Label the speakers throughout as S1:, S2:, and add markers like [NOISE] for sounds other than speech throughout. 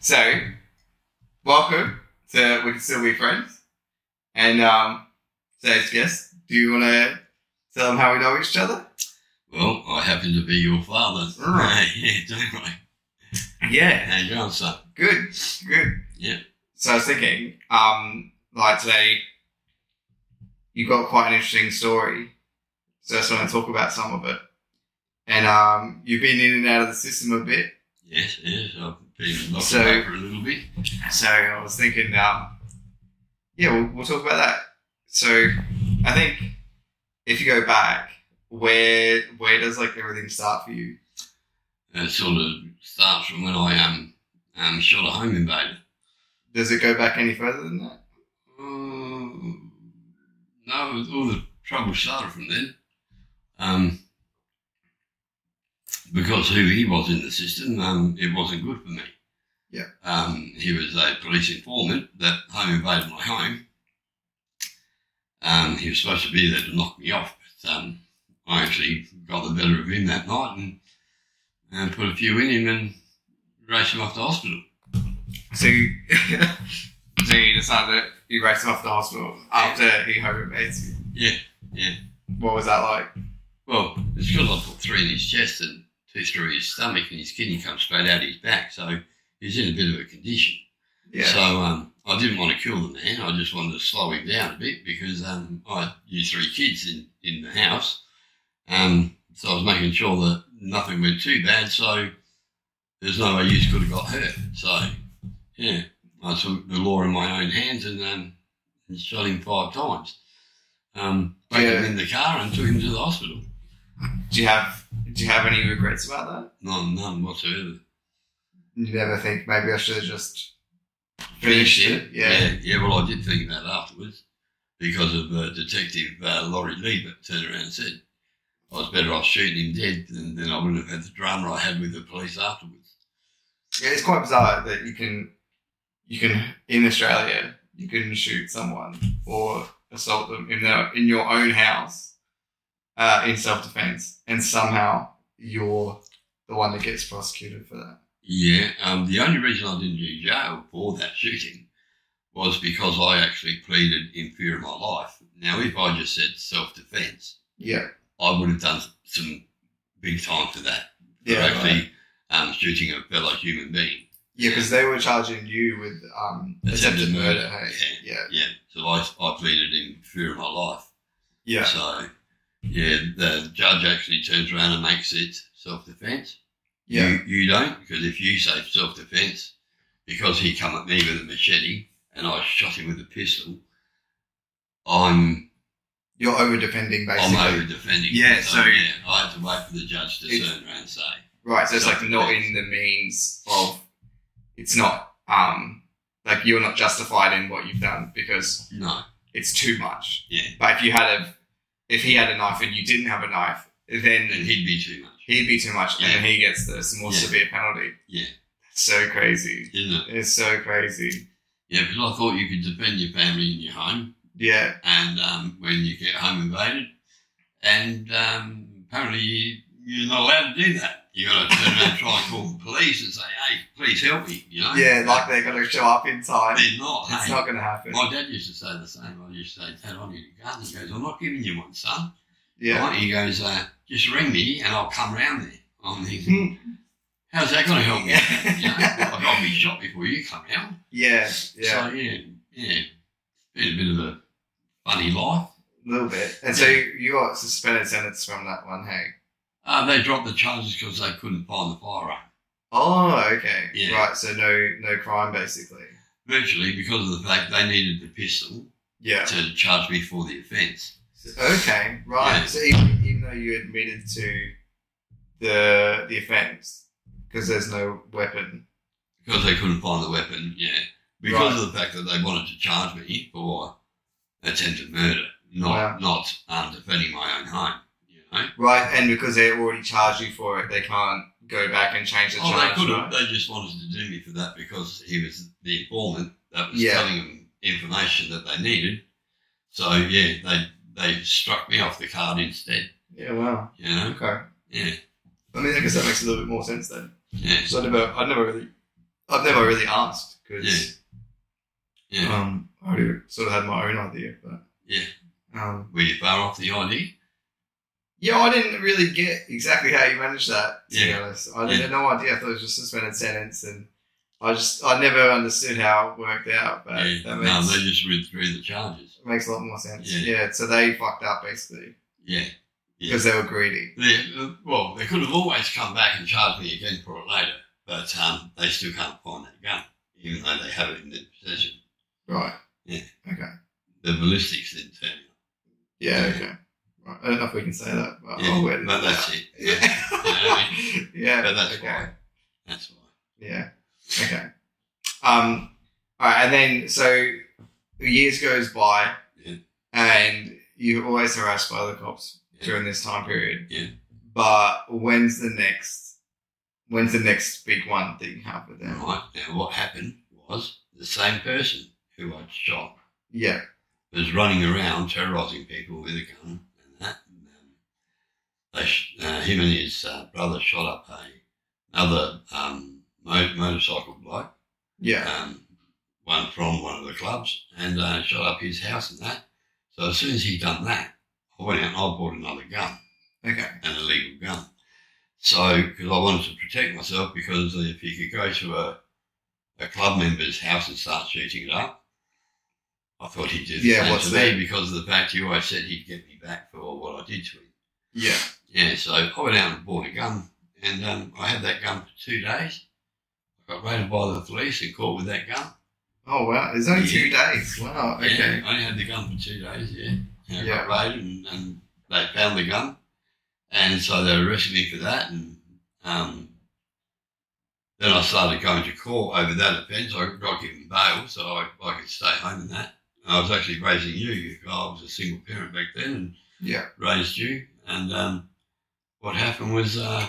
S1: So, welcome to We Can Still Be Friends. And um, today's guest, do you want to tell them how we know each other?
S2: Well, I happen to be your father. [LAUGHS]
S1: Right.
S2: yeah, don't I?
S1: Yeah.
S2: And your son.
S1: Good, good.
S2: Yeah.
S1: So I was thinking, um, like today, you got quite an interesting story. So I just want to talk about some of it. And um, you've been in and out of the system a bit.
S2: Yes, yes, I've been locked
S1: So-
S2: up for a little bit.
S1: So I was thinking, um, yeah, we'll, we'll talk about that. So I think if you go back, where where does like everything start for you?
S2: It sort of starts from when I um, um shot a home invader.
S1: Does it go back any further than that?
S2: Um, no, all the trouble started from then. Um, because who he was in the system, um, it wasn't good for me.
S1: Yeah.
S2: Um, he was a police informant that home invaded my home. Um, he was supposed to be there to knock me off, but um, I actually got the better of him that night and, and put a few in him and raced him off to hospital.
S1: So you, [LAUGHS] so you decided you raced him off to the hospital after he home invades you.
S2: Yeah, yeah.
S1: What was that like?
S2: Well, it's because I put three in his chest and two through his stomach, and his kidney comes straight out his back. So he's in a bit of a condition.
S1: Yeah.
S2: So um, I didn't want to kill the man. I just wanted to slow him down a bit because um, I had you three kids in, in the house. Um, so I was making sure that nothing went too bad. So there's no way you could have got hurt. So, yeah, I took the law in my own hands and, um, and shot him five times. Um, took him
S1: Yeah.
S2: in the car and took him to the hospital.
S1: do you have do you have any regrets about that?
S2: None, none whatsoever.
S1: You never think maybe I should have just
S2: Finished
S1: finished it. Yeah.
S2: yeah. Yeah, well, I did think that afterwards because of uh, Detective uh, Laurie Lee that turned around and said I was better off shooting him dead than, than I would have had the drama I had with the police afterwards.
S1: Yeah, It's quite bizarre that you can you can in Australia you can shoot someone or assault them in their in your own house uh, in self defense, and somehow you're the one that gets prosecuted for that.
S2: Yeah, um, the only reason I didn't do jail for that shooting was because I actually pleaded in fear of my life. Now, if I just said self defence,
S1: Yeah.
S2: I would have done some big time for that. For
S1: Yeah.
S2: actually
S1: right.
S2: um, shooting a fellow human being.
S1: Yeah, because they were charging you with um, attempted
S2: Attempted
S1: murder.
S2: murder,
S1: Hey. Yeah.
S2: Yeah, so I, I pleaded in fear of my life.
S1: Yeah.
S2: So, yeah, the judge actually turns around and makes it self defence.
S1: Yeah.
S2: You, you don't, because if you say self defence, because he come at me with a machete and I shot him with a pistol, I'm
S1: You're over defending basically.
S2: I'm over defending.
S1: Yeah,
S2: so,
S1: so-
S2: yeah, I had to wait for the judge to
S1: It's-
S2: turn around and say,
S1: Right, so it's like not in the means of it's not um like you're not justified in what you've done because
S2: no,
S1: it's too much.
S2: Yeah.
S1: But if you had a if he had a knife and you didn't have a knife, then
S2: and he'd be too much,
S1: he'd be too much and
S2: Yeah.
S1: then he gets this more
S2: Yeah.
S1: severe penalty.
S2: Yeah.
S1: So crazy.
S2: isn't it?
S1: It's so crazy.
S2: Yeah, because I thought you could defend your family in your home.
S1: Yeah.
S2: and um, when you get home invaded, and um, apparently you, you're not allowed to do that. You got to turn around and try and call the police and say, "Hey, please help me," you know.
S1: Yeah, like they gotta show up in time.
S2: they're not.
S1: It's
S2: hey.
S1: not gonna happen.
S2: My dad used to say the same. I used to say, "Dad, I need a gun." He goes, "I'm not giving you one, son."
S1: Yeah.
S2: Right? He goes, uh, "Just ring me and I'll come round there." I'm thinking,
S1: yeah.
S2: "How's that going to help me?" you know, like, I'll be shot before you come round.
S1: Yeah.
S2: So yeah, yeah, been a bit of a funny life.
S1: little bit. And so you got suspended sentence from that one, hey?
S2: Uh, they dropped the charges because they couldn't find the firearm.
S1: Oh, okay.
S2: Yeah.
S1: Right. So no, no crime basically.
S2: Virtually because of the fact they needed the pistol
S1: Yeah.
S2: to charge me for the offence.
S1: Okay. Right.
S2: Yeah.
S1: So even, even though you admitted to the the offence, because there's no weapon.
S2: Because they couldn't find the weapon, yeah. Because of the fact that they wanted to charge me for attempted murder,
S1: Wow.
S2: not not um, defending my own home, you know.
S1: Right. And because they already charged you for it, they can't go back and change the
S2: Oh, they
S1: charge.
S2: could
S1: right?
S2: have. They just wanted to do me for that because he was the informant that was
S1: Yeah.
S2: telling them information that they needed. So yeah, they they struck me off the card instead,
S1: Yeah. Wow.
S2: you know.
S1: Okay.
S2: Yeah,
S1: I mean, I guess that makes a little bit more sense then.
S2: yeah.
S1: So I never, I never really I've never really asked because
S2: Yeah.
S1: um, I sort of had my own idea, but
S2: Yeah.
S1: um,
S2: Were you far off the idea?
S1: yeah, I didn't really get exactly how you managed that. To
S2: Yeah.
S1: be honest, I had no idea. I thought it was just a suspended sentence, and I just I never understood how it worked out. But
S2: yeah.
S1: that
S2: no,
S1: makes
S2: they just withdrew the charges.
S1: makes a lot more sense.
S2: Yeah.
S1: Yeah. so they fucked up basically
S2: Yeah. Yeah.
S1: because they were greedy.
S2: They, uh, well, they could have always come back and charged me again for it later, but um, they still can't find that gun, even though they have it in their possession.
S1: Right.
S2: Yeah.
S1: Okay.
S2: The ballistics didn't turn up.
S1: Yeah.
S2: Yeah.
S1: Okay. Right. I don't know if we can say that, but
S2: Yeah,
S1: I'll wait.
S2: but that's it. [LAUGHS] Yeah.
S1: [LAUGHS] Yeah. [LAUGHS] yeah.
S2: But that's
S1: okay.
S2: why. That's why.
S1: Yeah. Okay. Um. All right, and then so years goes by,
S2: Yeah.
S1: and you're always harassed by the cops
S2: Yeah.
S1: during this time period.
S2: Yeah.
S1: But when's the next? When's the next big one that you have with them?
S2: Right. Now, what happened was the same person who I'd shot
S1: Yeah.
S2: was running around terrorising people with a gun and that. And, um, they sh- uh, him and his uh, brother shot up a, another um, mo- motorcycle bloke,
S1: Yeah.
S2: um, one from one of the clubs, and uh, shot up his house and that. So as soon as he done that, I went out and I bought another gun,
S1: Okay.
S2: an illegal gun. So because I wanted to protect myself, because if you could go to a, a club member's house and start shooting it up, I thought he'd do the
S1: Yeah,
S2: same
S1: what's
S2: to
S1: that?
S2: me because of the fact you always said he'd get me back for what I did to him.
S1: Yeah.
S2: Yeah, so I went out and bought a gun, and um, I had that gun for two days. I got raided by the police and caught with that gun.
S1: Oh wow! It's only two days. Wow.
S2: Yeah,
S1: Okay.
S2: I only had the gun for two days, yeah. And I
S1: Yeah.
S2: got raided and, and they found the gun. And so they arrested me for that. And um, then I started going to court over that offence. I got given bail so I, I could stay home and that. And I was actually raising you. I was a single parent back then and
S1: Yeah.
S2: raised you. And um, what happened was uh,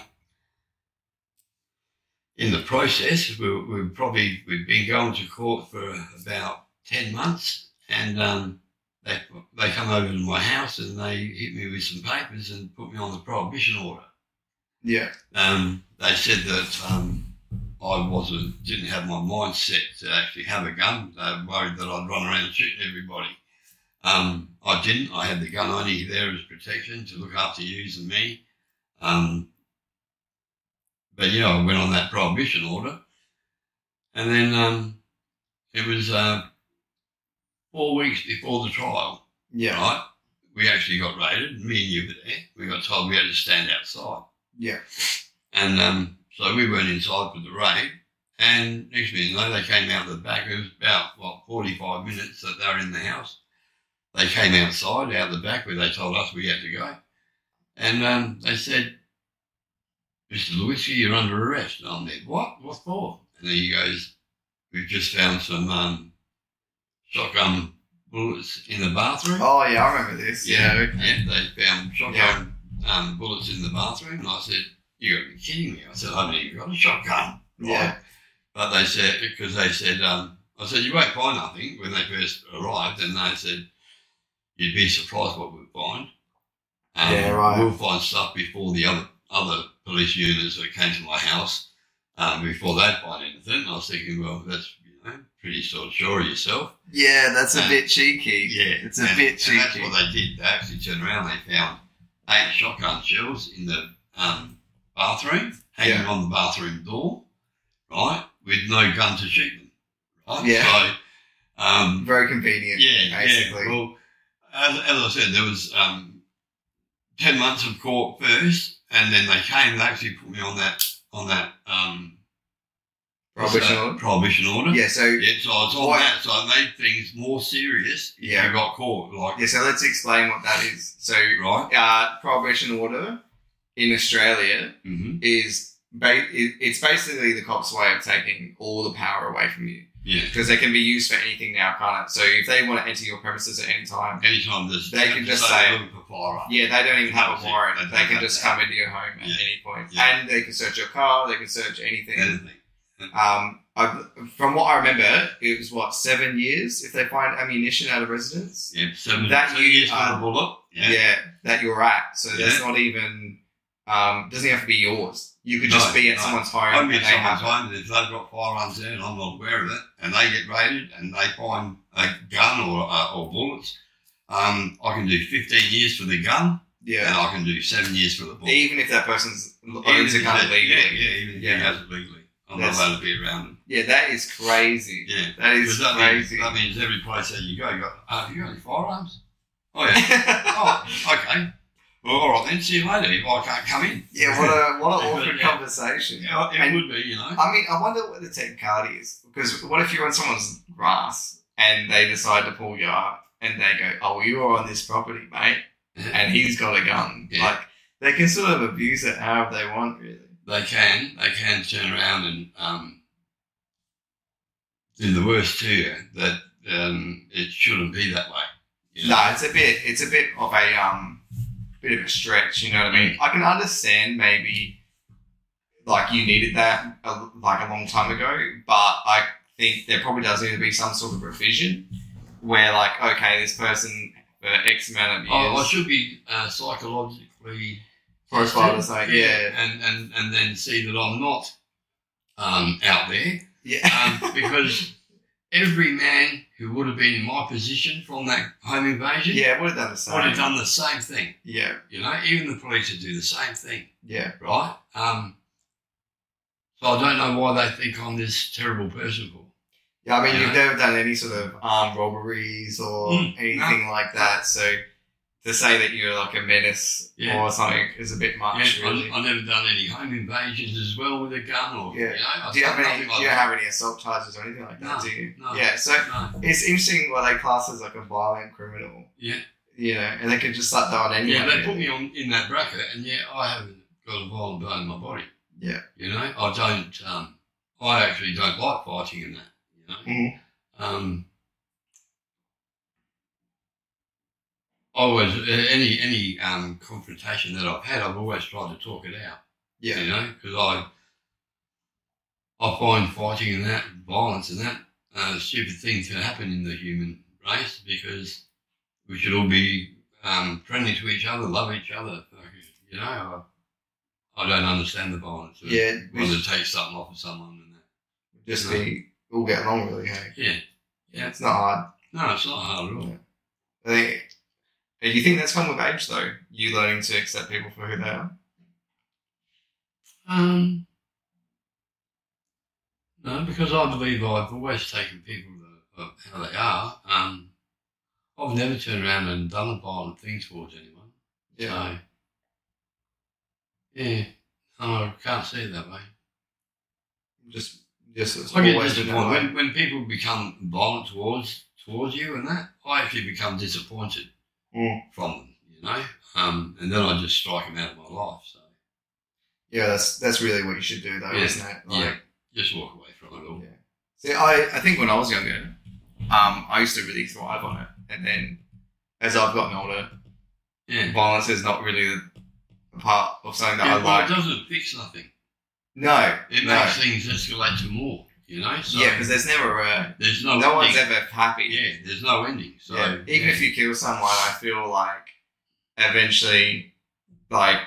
S2: in the process, we, were- we were probably we'd been going to court for about ten months, and um, they they come over to my house and they hit me with some papers and put me on the prohibition order.
S1: Yeah.
S2: Um, they said that um, I wasn't didn't have my mind set to actually have a gun. They were worried that I'd run around shooting everybody. Um, I didn't. I had the gun only there as protection to look after yous and me. Um, but yeah, I went on that prohibition order, and then um, it was uh, four weeks before the trial.
S1: Yeah.
S2: Right, we actually got raided. Me and you were there. We got told we had to stand outside.
S1: Yeah.
S2: And um, so we went inside for the raid. And next thing you know, they came out the back. It was about, what, 45 minutes that they were in the house. They came outside, out the back, where they told us we had to go. And um, they said, Mr. Lewinsky, you're under arrest. And I'm there, what? What for? And he goes, we've just found some um, shotgun bullets in the bathroom.
S1: Oh yeah, I remember this. Yeah. okay.
S2: And they found shotgun um, bullets in the bathroom. And I said, you got to be kidding me. I said, I haven't even got a shotgun. Right.
S1: Yeah.
S2: But they said, because they said, um, I said, you won't find nothing when they first arrived. And they said, you'd be surprised what we'll find. Um,
S1: Yeah, right.
S2: We'll find stuff before the other, other police units that came to my house, um, before they'd find anything. And I was thinking, well, that's, you know, pretty sort of sure of yourself.
S1: Yeah, that's a
S2: Um,
S1: bit cheeky.
S2: Yeah,
S1: It's a bit
S2: and that's
S1: cheeky.
S2: what they did. They actually turned around. They found eight shotgun shells in the um, bathroom, hanging
S1: Yeah.
S2: on the bathroom door, right, with no gun to shoot them. Right.
S1: Yeah.
S2: So, um,
S1: Very convenient.
S2: yeah,
S1: basically.
S2: yeah. Well, as, as I said, there was um, ten months of court first, and then they came. They actually put me on that on that um,
S1: Prohibition
S2: uh,
S1: order?
S2: prohibition order.
S1: Yeah. So
S2: Yeah, so it's on
S1: Why-
S2: that. So I made things more serious. if
S1: Yeah.
S2: you got caught. Like
S1: Yeah, so let's explain what that is. So,
S2: right?
S1: uh, prohibition order in Australia
S2: Mm-hmm.
S1: is ba- it- it's basically the cops' way of taking all the power away from you
S2: Yeah.
S1: because they can be used for anything now, can't it? So if they want to enter your premises at any time,
S2: Anytime there's "Oh,
S1: They can just
S2: they're
S1: say-
S2: looking for firearms.
S1: yeah, they don't even have a
S2: That's it.
S1: warrant.
S2: They
S1: They,
S2: don't
S1: can
S2: have
S1: just
S2: that.
S1: come into your home at
S2: Yeah.
S1: any point,
S2: Yeah.
S1: and they can search your car. They can search anything.
S2: Anything.
S1: Um, I, from what I remember, it was what seven years if they find ammunition out of residence.
S2: Yeah. Seven,
S1: That
S2: seven
S1: you,
S2: years for a
S1: um,
S2: bullet.
S1: yeah,
S2: Yeah.
S1: that you're at. So that's not even um, doesn't have to be yours. You could just
S2: No,
S1: be at
S2: no.
S1: someone's home
S2: I'm
S1: and
S2: in
S1: they
S2: someone's
S1: have it.
S2: home, and if they've got firearms there and I'm not aware of it, and they get raided and they find a gun or, uh, or bullets, um, I can do 15 years for the gun and
S1: Yeah.
S2: I can do seven years for the bullet.
S1: Even if that person's owns a
S2: if
S1: gun
S2: they-
S1: legally.
S2: Yeah, yeah, even if
S1: Yeah.
S2: he has it legally. I'm
S1: That's-
S2: not allowed to be around them.
S1: Yeah, that is crazy.
S2: Yeah.
S1: That is
S2: Because that,
S1: crazy.
S2: Means, that means every place that you go, you go, uh, have you got any firearms? Oh, yeah. oh, okay. Well, all right then, see you later if I can't come in.
S1: [LAUGHS] yeah, what a what an
S2: Yeah.
S1: awkward
S2: Yeah.
S1: conversation.
S2: Yeah, it
S1: And-
S2: would be, you know.
S1: I mean, I wonder what the technicality is because what if you're on someone's grass and they decide to pull you up and they go, "Oh, well, you're on this property, mate," and he's got a gun.
S2: Yeah.
S1: Like they can sort of abuse it however they want, really.
S2: they can they can turn around and um, do the worst to you that um, it shouldn't be that way. you know.
S1: No, it's a bit it's a bit of a um bit of a stretch, you know what I mean? I can understand maybe like you needed that a, like a long time ago, but I think there probably does need to be some sort of revision where like okay, this person for X amount of years
S2: Oh, I, I should be uh, psychologically
S1: profile is like yeah.
S2: and, and and then see that I'm not um, out there
S1: Yeah.
S2: [LAUGHS] um, because every man who would have been in my position from that home invasion
S1: [LAUGHS] yeah, would have done the same.
S2: would have done the same thing.
S1: Yeah,
S2: You know, even the police would do the same thing.
S1: yeah.
S2: right? Um, so I don't know why they think I'm this terrible person for.
S1: Yeah, I mean,
S2: Yeah.
S1: you've never done any sort of armed robberies or
S2: Mm,
S1: anything like that, so to say that you're like a menace
S2: Yeah.
S1: or something is a bit
S2: Yeah,
S1: much, really.
S2: I, I've never done any home invasions as well with a gun or,
S1: Yeah.
S2: you know, I've
S1: do you,
S2: done
S1: have any,
S2: nothing like
S1: do you
S2: that.
S1: have any assault charges or anything like that?
S2: No,
S1: do you?
S2: no.
S1: Yeah, so
S2: No.
S1: it's interesting why they class as like a violent criminal.
S2: Yeah.
S1: You know, and they could just slap that on anyone.
S2: Yeah, they put
S1: really.
S2: me on in that bracket and yeah, I haven't got a violent bone in my body.
S1: Yeah.
S2: You know, I don't, um, I actually don't like fighting in that, you know.
S1: Mhm.
S2: Um, always, uh, any, any um, confrontation that I've had, I've always tried to talk it out.
S1: Yeah.
S2: you know, because I I find fighting and that violence and that uh, stupid thing to happen in the human race because we should all be um, friendly to each other, love each other. fucking, You know, I, I don't understand the violence. of
S1: Yeah. We
S2: wanting
S1: should
S2: to take something off of someone and that.
S1: just be all get along really, hey.
S2: Yeah, Yeah.
S1: It's not hard.
S2: no, it's not hard at all.
S1: I think do you think that's come with age though? You learning to accept people for who they are?
S2: Um, no, because I believe I've always taken people that- of how they are. Um, I've never turned around and done a violent thing towards anyone. So, yeah, no, I can't see it that way.
S1: Just just it's
S2: I get
S1: always been that
S2: disappointed
S1: way.
S2: when, when people become violent towards towards you and that. I actually become disappointed
S1: Mm.
S2: from them, you know. Um, and then I just strike them out of my life. So
S1: Yeah, that's that's really what you should do though,
S2: Yeah.
S1: isn't it? Like
S2: Yeah. just walk away from it all.
S1: Yeah. See, I, I think when I was younger, um, I used to really thrive on it. And then as I've gotten older,
S2: Yeah,
S1: violence is not really a part of something that
S2: yeah
S1: I
S2: well,
S1: like.
S2: it doesn't fix nothing.
S1: No,
S2: it
S1: no.
S2: makes things escalate to more, you know? So
S1: yeah, because there's never a.
S2: there's no,
S1: No one's
S2: ending.
S1: ever happy.
S2: yeah, there's no ending. So
S1: Yeah. Even
S2: yeah.
S1: if you kill someone, I feel like eventually, like,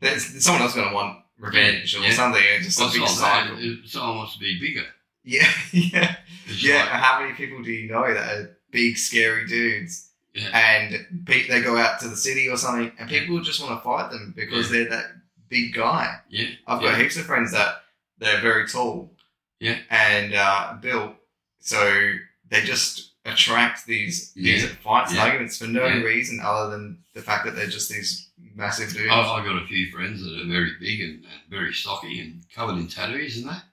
S1: there's, someone else going to want revenge or
S2: Yeah.
S1: something. It's just
S2: What's
S1: a big
S2: not bad
S1: cycle.
S2: if someone wants to be bigger.
S1: Yeah, [LAUGHS] yeah.
S2: It's
S1: Yeah,
S2: like,
S1: how many people do you know that are big, scary dudes?
S2: Yeah.
S1: And pe- they go out to the city or something, and people just want to fight them because they're that big guy.
S2: yeah,
S1: I've
S2: Yeah.
S1: got heaps of friends that they're very tall,
S2: Yeah.
S1: and uh, built, so they just attract these
S2: Yeah.
S1: these fights and
S2: Yeah.
S1: arguments for no
S2: Yeah.
S1: reason other than the fact that they're just these massive dudes.
S2: I've, I've got a few friends that are very big and, and very stocky and covered in tattoos and that,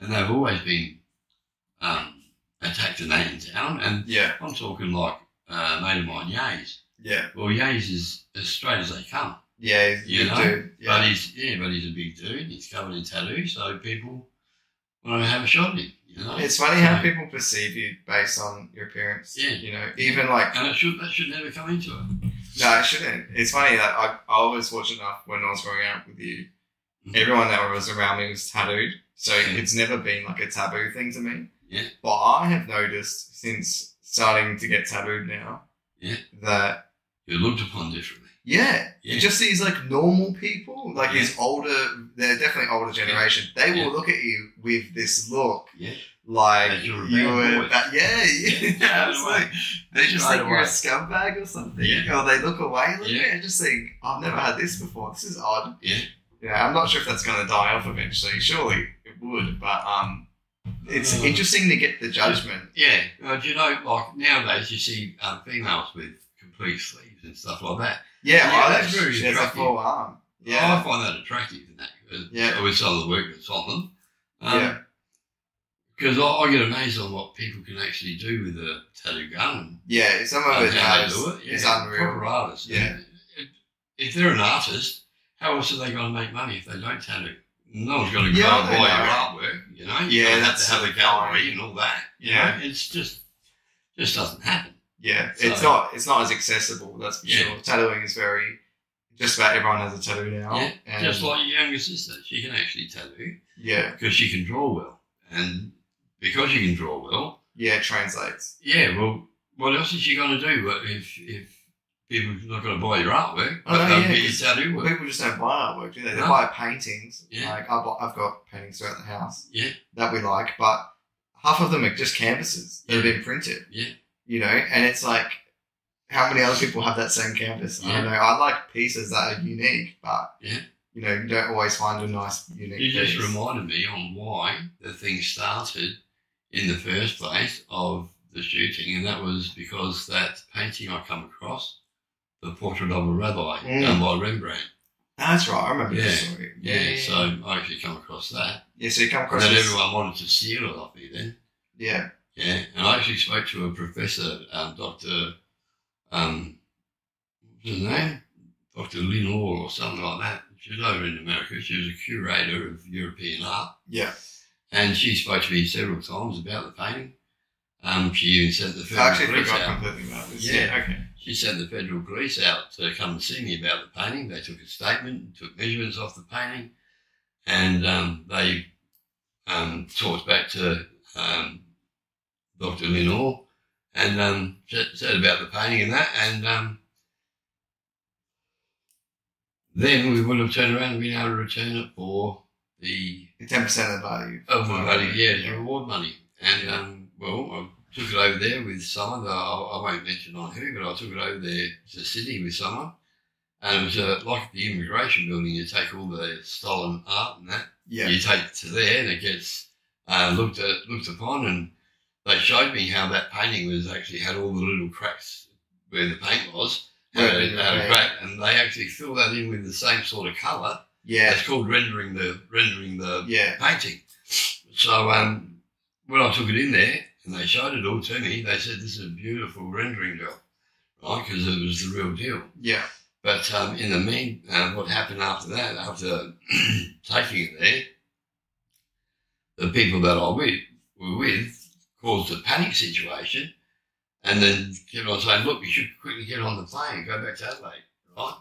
S2: and they've always been um, attacked and that in town. And
S1: Yeah,
S2: I'm talking like uh, a mate of mine, Yays.
S1: yeah,
S2: Well, Yays is as straight as they come.
S1: yeah. he's a
S2: You
S1: big
S2: know,
S1: dude. Yeah.
S2: But he's yeah, but he's a big dude. He's covered in tattoos, so people want to have a shot at him. You know,
S1: It's funny how
S2: So-
S1: people perceive you based on your appearance.
S2: Yeah.
S1: You know, even like
S2: and it should that should never come into it.
S1: No, it shouldn't. It's funny that I, I was fortunate enough when I was growing up with you.
S2: Mhm.
S1: Everyone that was around me was tattooed, so
S2: Yeah.
S1: it's never been like a taboo thing to me.
S2: Yeah.
S1: But I have noticed since starting to get tattooed now
S2: Yeah.
S1: that
S2: You're looked upon differently.
S1: Yeah.
S2: Yeah.
S1: You just these like normal people, like
S2: Yeah.
S1: these older, they're definitely older generation. They will look at you with this look,
S2: yeah.
S1: like
S2: That
S1: you
S2: you're
S1: were,
S2: a bad
S1: that,
S2: boy. [LAUGHS]
S1: yeah, yeah,
S2: Yeah,
S1: [LAUGHS] yeah,
S2: straight
S1: it's
S2: away.
S1: like, they just
S2: Straight
S1: think you're a
S2: away.
S1: scumbag or something,
S2: Yeah.
S1: or they look away, look
S2: Yeah.
S1: at it and just think, I've never had this before. This is odd.
S2: Yeah.
S1: Yeah, I'm not sure if that's going to die off eventually. Surely it would, but um, it's
S2: Uh,
S1: interesting to get the judgment.
S2: Yeah, well, do you know, like nowadays you see um, females with complete sleeves and stuff like that.
S1: Yeah,
S2: Yeah,
S1: well,
S2: that's
S1: that's
S2: very
S1: she has a
S2: attractive.
S1: full arm. Yeah,
S2: I find that attractive in that. uh,
S1: Yeah.
S2: with some of the work that's on them.
S1: Yeah.
S2: Um, Because I, I get amazed on what people can actually do with a tattoo gun.
S1: yeah. Some of
S2: and
S1: it
S2: how they
S1: is,
S2: do it.
S1: is
S2: Yeah,
S1: unreal.
S2: Proper artists.
S1: Yeah.
S2: And If, if they're an artist, how else are they going to make money if they don't tattoo? No one's going to go
S1: Yeah,
S2: and
S1: they
S2: buy
S1: know.
S2: your artwork. You know, you
S1: Yeah,
S2: don't have
S1: that's
S2: to have
S1: the
S2: a gallery
S1: point.
S2: and all that. you
S1: Yeah.
S2: know? it's just just doesn't happen.
S1: Yeah,
S2: So-
S1: it's not it's not as accessible. That's for
S2: Yeah.
S1: sure. Tattooing is very just about everyone has a tattoo now.
S2: Yeah,
S1: and
S2: Just like your younger sister, she can actually tattoo
S1: yeah,
S2: because she can draw well, and because she can draw well,
S1: yeah, it translates.
S2: yeah. Well, what else is she going to do if if people are not going to buy your artwork,
S1: Oh,
S2: but
S1: no,
S2: they'll
S1: yeah,
S2: get your
S1: 'cause
S2: tattoo work?
S1: People just don't buy artwork, do they? They
S2: No.
S1: buy paintings.
S2: Yeah.
S1: Like I bu- I've got paintings throughout the house
S2: Yeah,
S1: that we like, but half of them are just canvases that have
S2: Yeah.
S1: been printed.
S2: Yeah.
S1: you know, and it's like. How many other people have that same canvas? I
S2: Yeah.
S1: don't know. I like pieces that are unique, but
S2: Yeah.
S1: you know, you don't always find a nice unique
S2: you just
S1: piece.
S2: reminded me on why the thing started in the first place of the shooting, and that was because that painting I come across, the portrait of a rabbi
S1: Mm.
S2: done by Rembrandt.
S1: That's right. I remember
S2: Yeah.
S1: the story.
S2: Yeah, so I actually come across that.
S1: yeah. So you come
S2: And
S1: across
S2: then
S1: this-
S2: everyone wanted to steal it off me then.
S1: Yeah.
S2: Yeah, and I actually spoke to a professor, um, Dr. Um, what's his name? Dr. Lynn Orr or something like that. She's over in America. She was a curator of European art.
S1: Yeah.
S2: And she spoke to me several times about the painting. Um, she even sent the
S1: I
S2: federal
S1: actually
S2: police
S1: forgot
S2: out.
S1: completely about this.
S2: Yeah.
S1: okay.
S2: She sent the federal police out to come and see me about the painting. They took a statement, took measurements off the painting, and um, they um, talked back to um, Dr. Linor and um, said said about the painting and that. And um, then we would have turned around and been able to return it for the
S1: Ten percent of the value.
S2: Oh, my money, yeah, the
S1: Yeah.
S2: reward money. And,
S1: Yeah.
S2: um, well, I took it over there with someone. that I, I won't mention on who, but I took it over there to Sydney with someone. And it was uh, like the immigration building. You take all the stolen art and that.
S1: Yeah.
S2: You take it to there, and it gets uh, looked at, looked upon. And they showed me how that painting was actually had all the little cracks where the paint was.
S1: Right,
S2: had a- had a
S1: right.
S2: crack, and they actually fill that in with the same sort of colour.
S1: Yeah.
S2: It's called rendering the rendering the
S1: Yeah.
S2: painting. So um, when I took it in there and they showed it all to me, they said this is a beautiful rendering job, right? Because it was the real deal.
S1: Yeah.
S2: But um, in the mean, uh, what happened after that, after [CLEARS THROAT] taking it there, the people that I with, were with caused a panic situation, and then kept on saying, "Look, you should quickly get on the plane and go back to Adelaide." Right?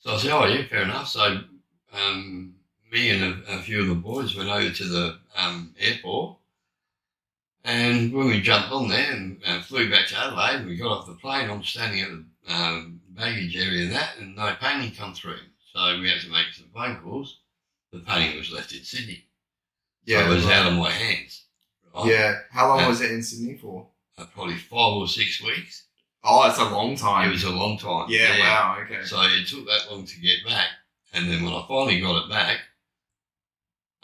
S2: So I said, "Oh yeah, fair enough." So um, me and a, a few of the boys went over to the um, airport, and when we jumped on there and uh, flew back to Adelaide, we got off the plane. I'm standing at the um, baggage area and that, and no painting come through. So we had to make some phone calls. The painting was left in Sydney.
S1: Yeah.
S2: so it was out of my hands. right?
S1: yeah. How long
S2: Yeah.
S1: was it in Sydney for?
S2: Uh, probably five or six weeks.
S1: Oh, that's a long
S2: It
S1: time.
S2: was a long time.
S1: yeah, Wow. Okay.
S2: So it took that long to get back. And then when I finally got it back,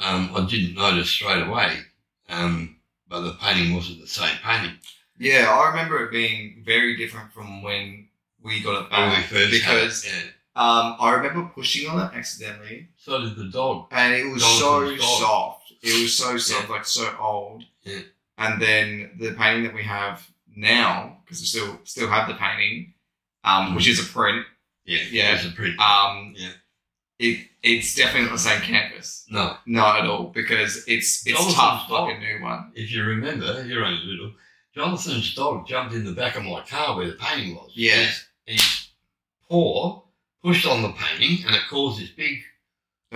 S2: um, I didn't notice straight away. Um, but the painting wasn't the same painting.
S1: Yeah, I remember it being very different from when we got it
S2: when
S1: back
S2: we first
S1: Ah,
S2: had it,
S1: because
S2: yeah.
S1: um, I remember pushing on it accidentally,
S2: So did the dog.
S1: and it was
S2: Dog
S1: so
S2: was dog.
S1: soft. It was so soft, like so old.
S2: Yeah.
S1: And then the painting that we have now, because we still still have the painting, um,
S2: Mm.
S1: which is a print.
S2: Yeah,
S1: Yeah.
S2: It's a print.
S1: Um,
S2: Yeah.
S1: it, it's definitely not the same canvas.
S2: no,
S1: Not at all, because it's it's
S2: Jonathan's
S1: tough
S2: dog.
S1: like a new one.
S2: if you remember, you're only little. Jonathan's dog jumped in the back of my car where the painting was.
S1: Yeah.
S2: His, his paw pushed on the painting and it caused this big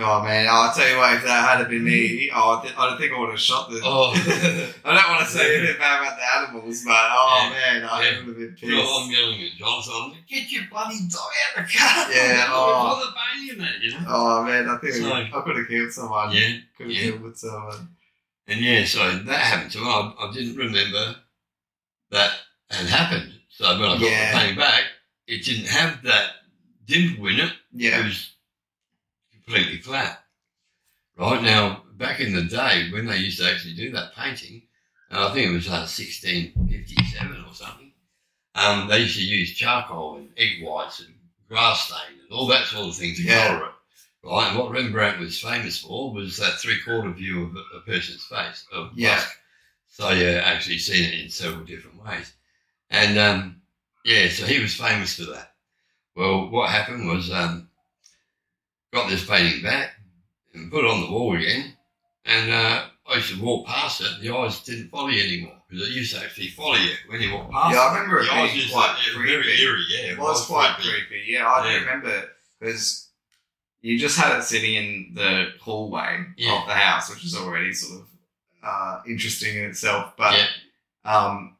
S1: Oh man, I'll tell you what, if that had been me, oh, I, th- I don't think I would have shot the.
S2: Oh,
S1: [LAUGHS] I don't want to say anything bad about the animals, but oh man, I
S2: Yeah.
S1: would have been pissed.
S2: you know, I'm yelling at Johnson. I'm like, get your bloody dog out of the car. [LAUGHS]
S1: Yeah,
S2: Oh.
S1: oh.
S2: Bother paying that, you know?
S1: Oh man, I think
S2: So-
S1: I, I could have killed someone.
S2: Yeah.
S1: Could have
S2: yeah.
S1: killed someone.
S2: And yeah, so that happened to me. I, I didn't remember that had happened. So when I got
S1: Yeah.
S2: the plane back, it didn't have that dimple in it. It
S1: Yeah.
S2: was completely flat. Right now, back in the day when they used to actually do that painting, and I think it was uh, 1657 or something, um, they used to use charcoal and egg whites and grass stain and all that sort of thing to
S1: Yeah.
S2: colour it. Right, and what Rembrandt was famous for was that three-quarter view of a- a person's face. Of
S1: Yeah.
S2: bust. So you actually seen it in several different ways, and um, yeah, so he was famous for that. Well, what happened was um, got this painting back and put it on the wall again. And uh, I used to walk past it, the eyes didn't follow you anymore because it used to actually follow you when you walked past
S1: Yeah, I remember
S2: it.
S1: it
S2: The eyes
S1: being
S2: used
S1: quite
S2: to,
S1: creepy.
S2: very eerie, yeah.
S1: It was quite creepy. Yeah, I
S2: Yeah.
S1: do remember because you just had it sitting in the hallway
S2: Yeah.
S1: of the house, which is already sort of uh, interesting in itself. But
S2: Yeah,
S1: um,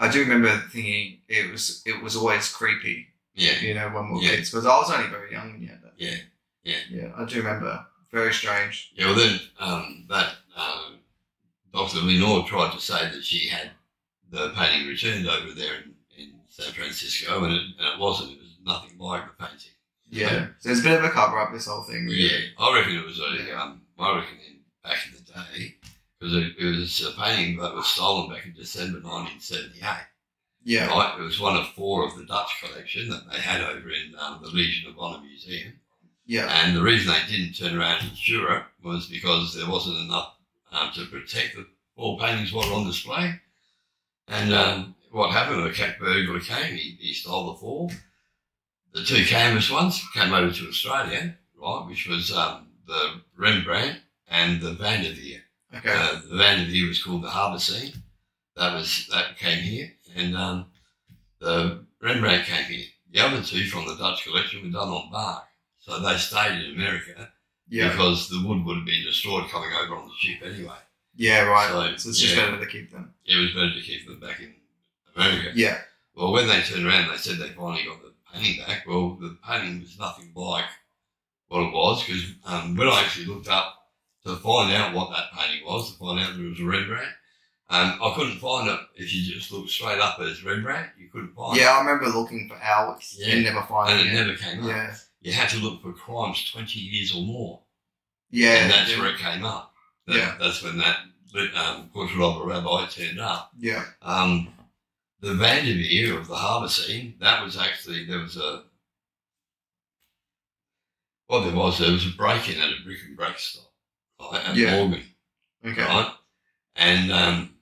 S1: I do remember thinking it was it was always creepy.
S2: yeah,
S1: You know, when we were
S2: Yeah.
S1: kids, because I was only very young when you had that.
S2: yeah. Yeah.
S1: yeah. I do remember. Very strange.
S2: Yeah, well, then um, that um, Dr. Lenore tried to say that she had the painting returned over there in, in San Francisco, and it, and it wasn't. It was nothing like the painting.
S1: Yeah, so it's a bit of a cover up. This whole thing. really.
S2: Yeah, I reckon it was a.
S1: Yeah.
S2: Um, I reckon in, back in the day because it, it was a painting that was stolen back in December 1978.
S1: yeah,
S2: Right? It was one of four of the Dutch collection that they had over in um, the Legion of Honor Museum.
S1: yeah,
S2: And the reason they didn't turn around and insure it was because there wasn't enough um, to protect the four paintings what were on display. And um, what happened? A cat burglar came. He, he stole the four. The two canvas ones came over to Australia, right? Which was um, the Rembrandt and the Van der Veer.
S1: okay,
S2: Uh, the Van der Veer was called the Harbour Scene. That was that came here, and um, the Rembrandt came here. The other two from the Dutch collection were done on bark, so they stayed in America
S1: yeah,
S2: because the wood would have been destroyed coming over on the ship anyway.
S1: yeah, right.
S2: So,
S1: So, it's just
S2: yeah.
S1: better to keep them.
S2: It was better to keep them back in America.
S1: Yeah,
S2: Well, when they turned around, they said they finally got the painting back. Well, the painting was nothing like what it was because um, when I actually looked up to find out what that painting was, to find out that it was a Rembrandt, um, I couldn't find it. If you just looked straight up as Rembrandt, you couldn't find it.
S1: yeah. I remember looking for hours
S2: Yeah.
S1: and never
S2: And
S1: finding
S2: it
S1: it.
S2: never came up.
S1: Yeah,
S2: You had to look for crimes 20 years or more.
S1: yeah,
S2: and that's
S1: yeah.
S2: where it came up. That-
S1: Yeah.
S2: That's when that um, portrait of a rabbi turned up.
S1: Yeah,
S2: Um, the Vanderveer of the harbour scene, that was actually, there was a, well, there was, there was a break in at a brick and break stop, right, at
S1: Yeah.
S2: Morgan,
S1: okay.
S2: right? And um,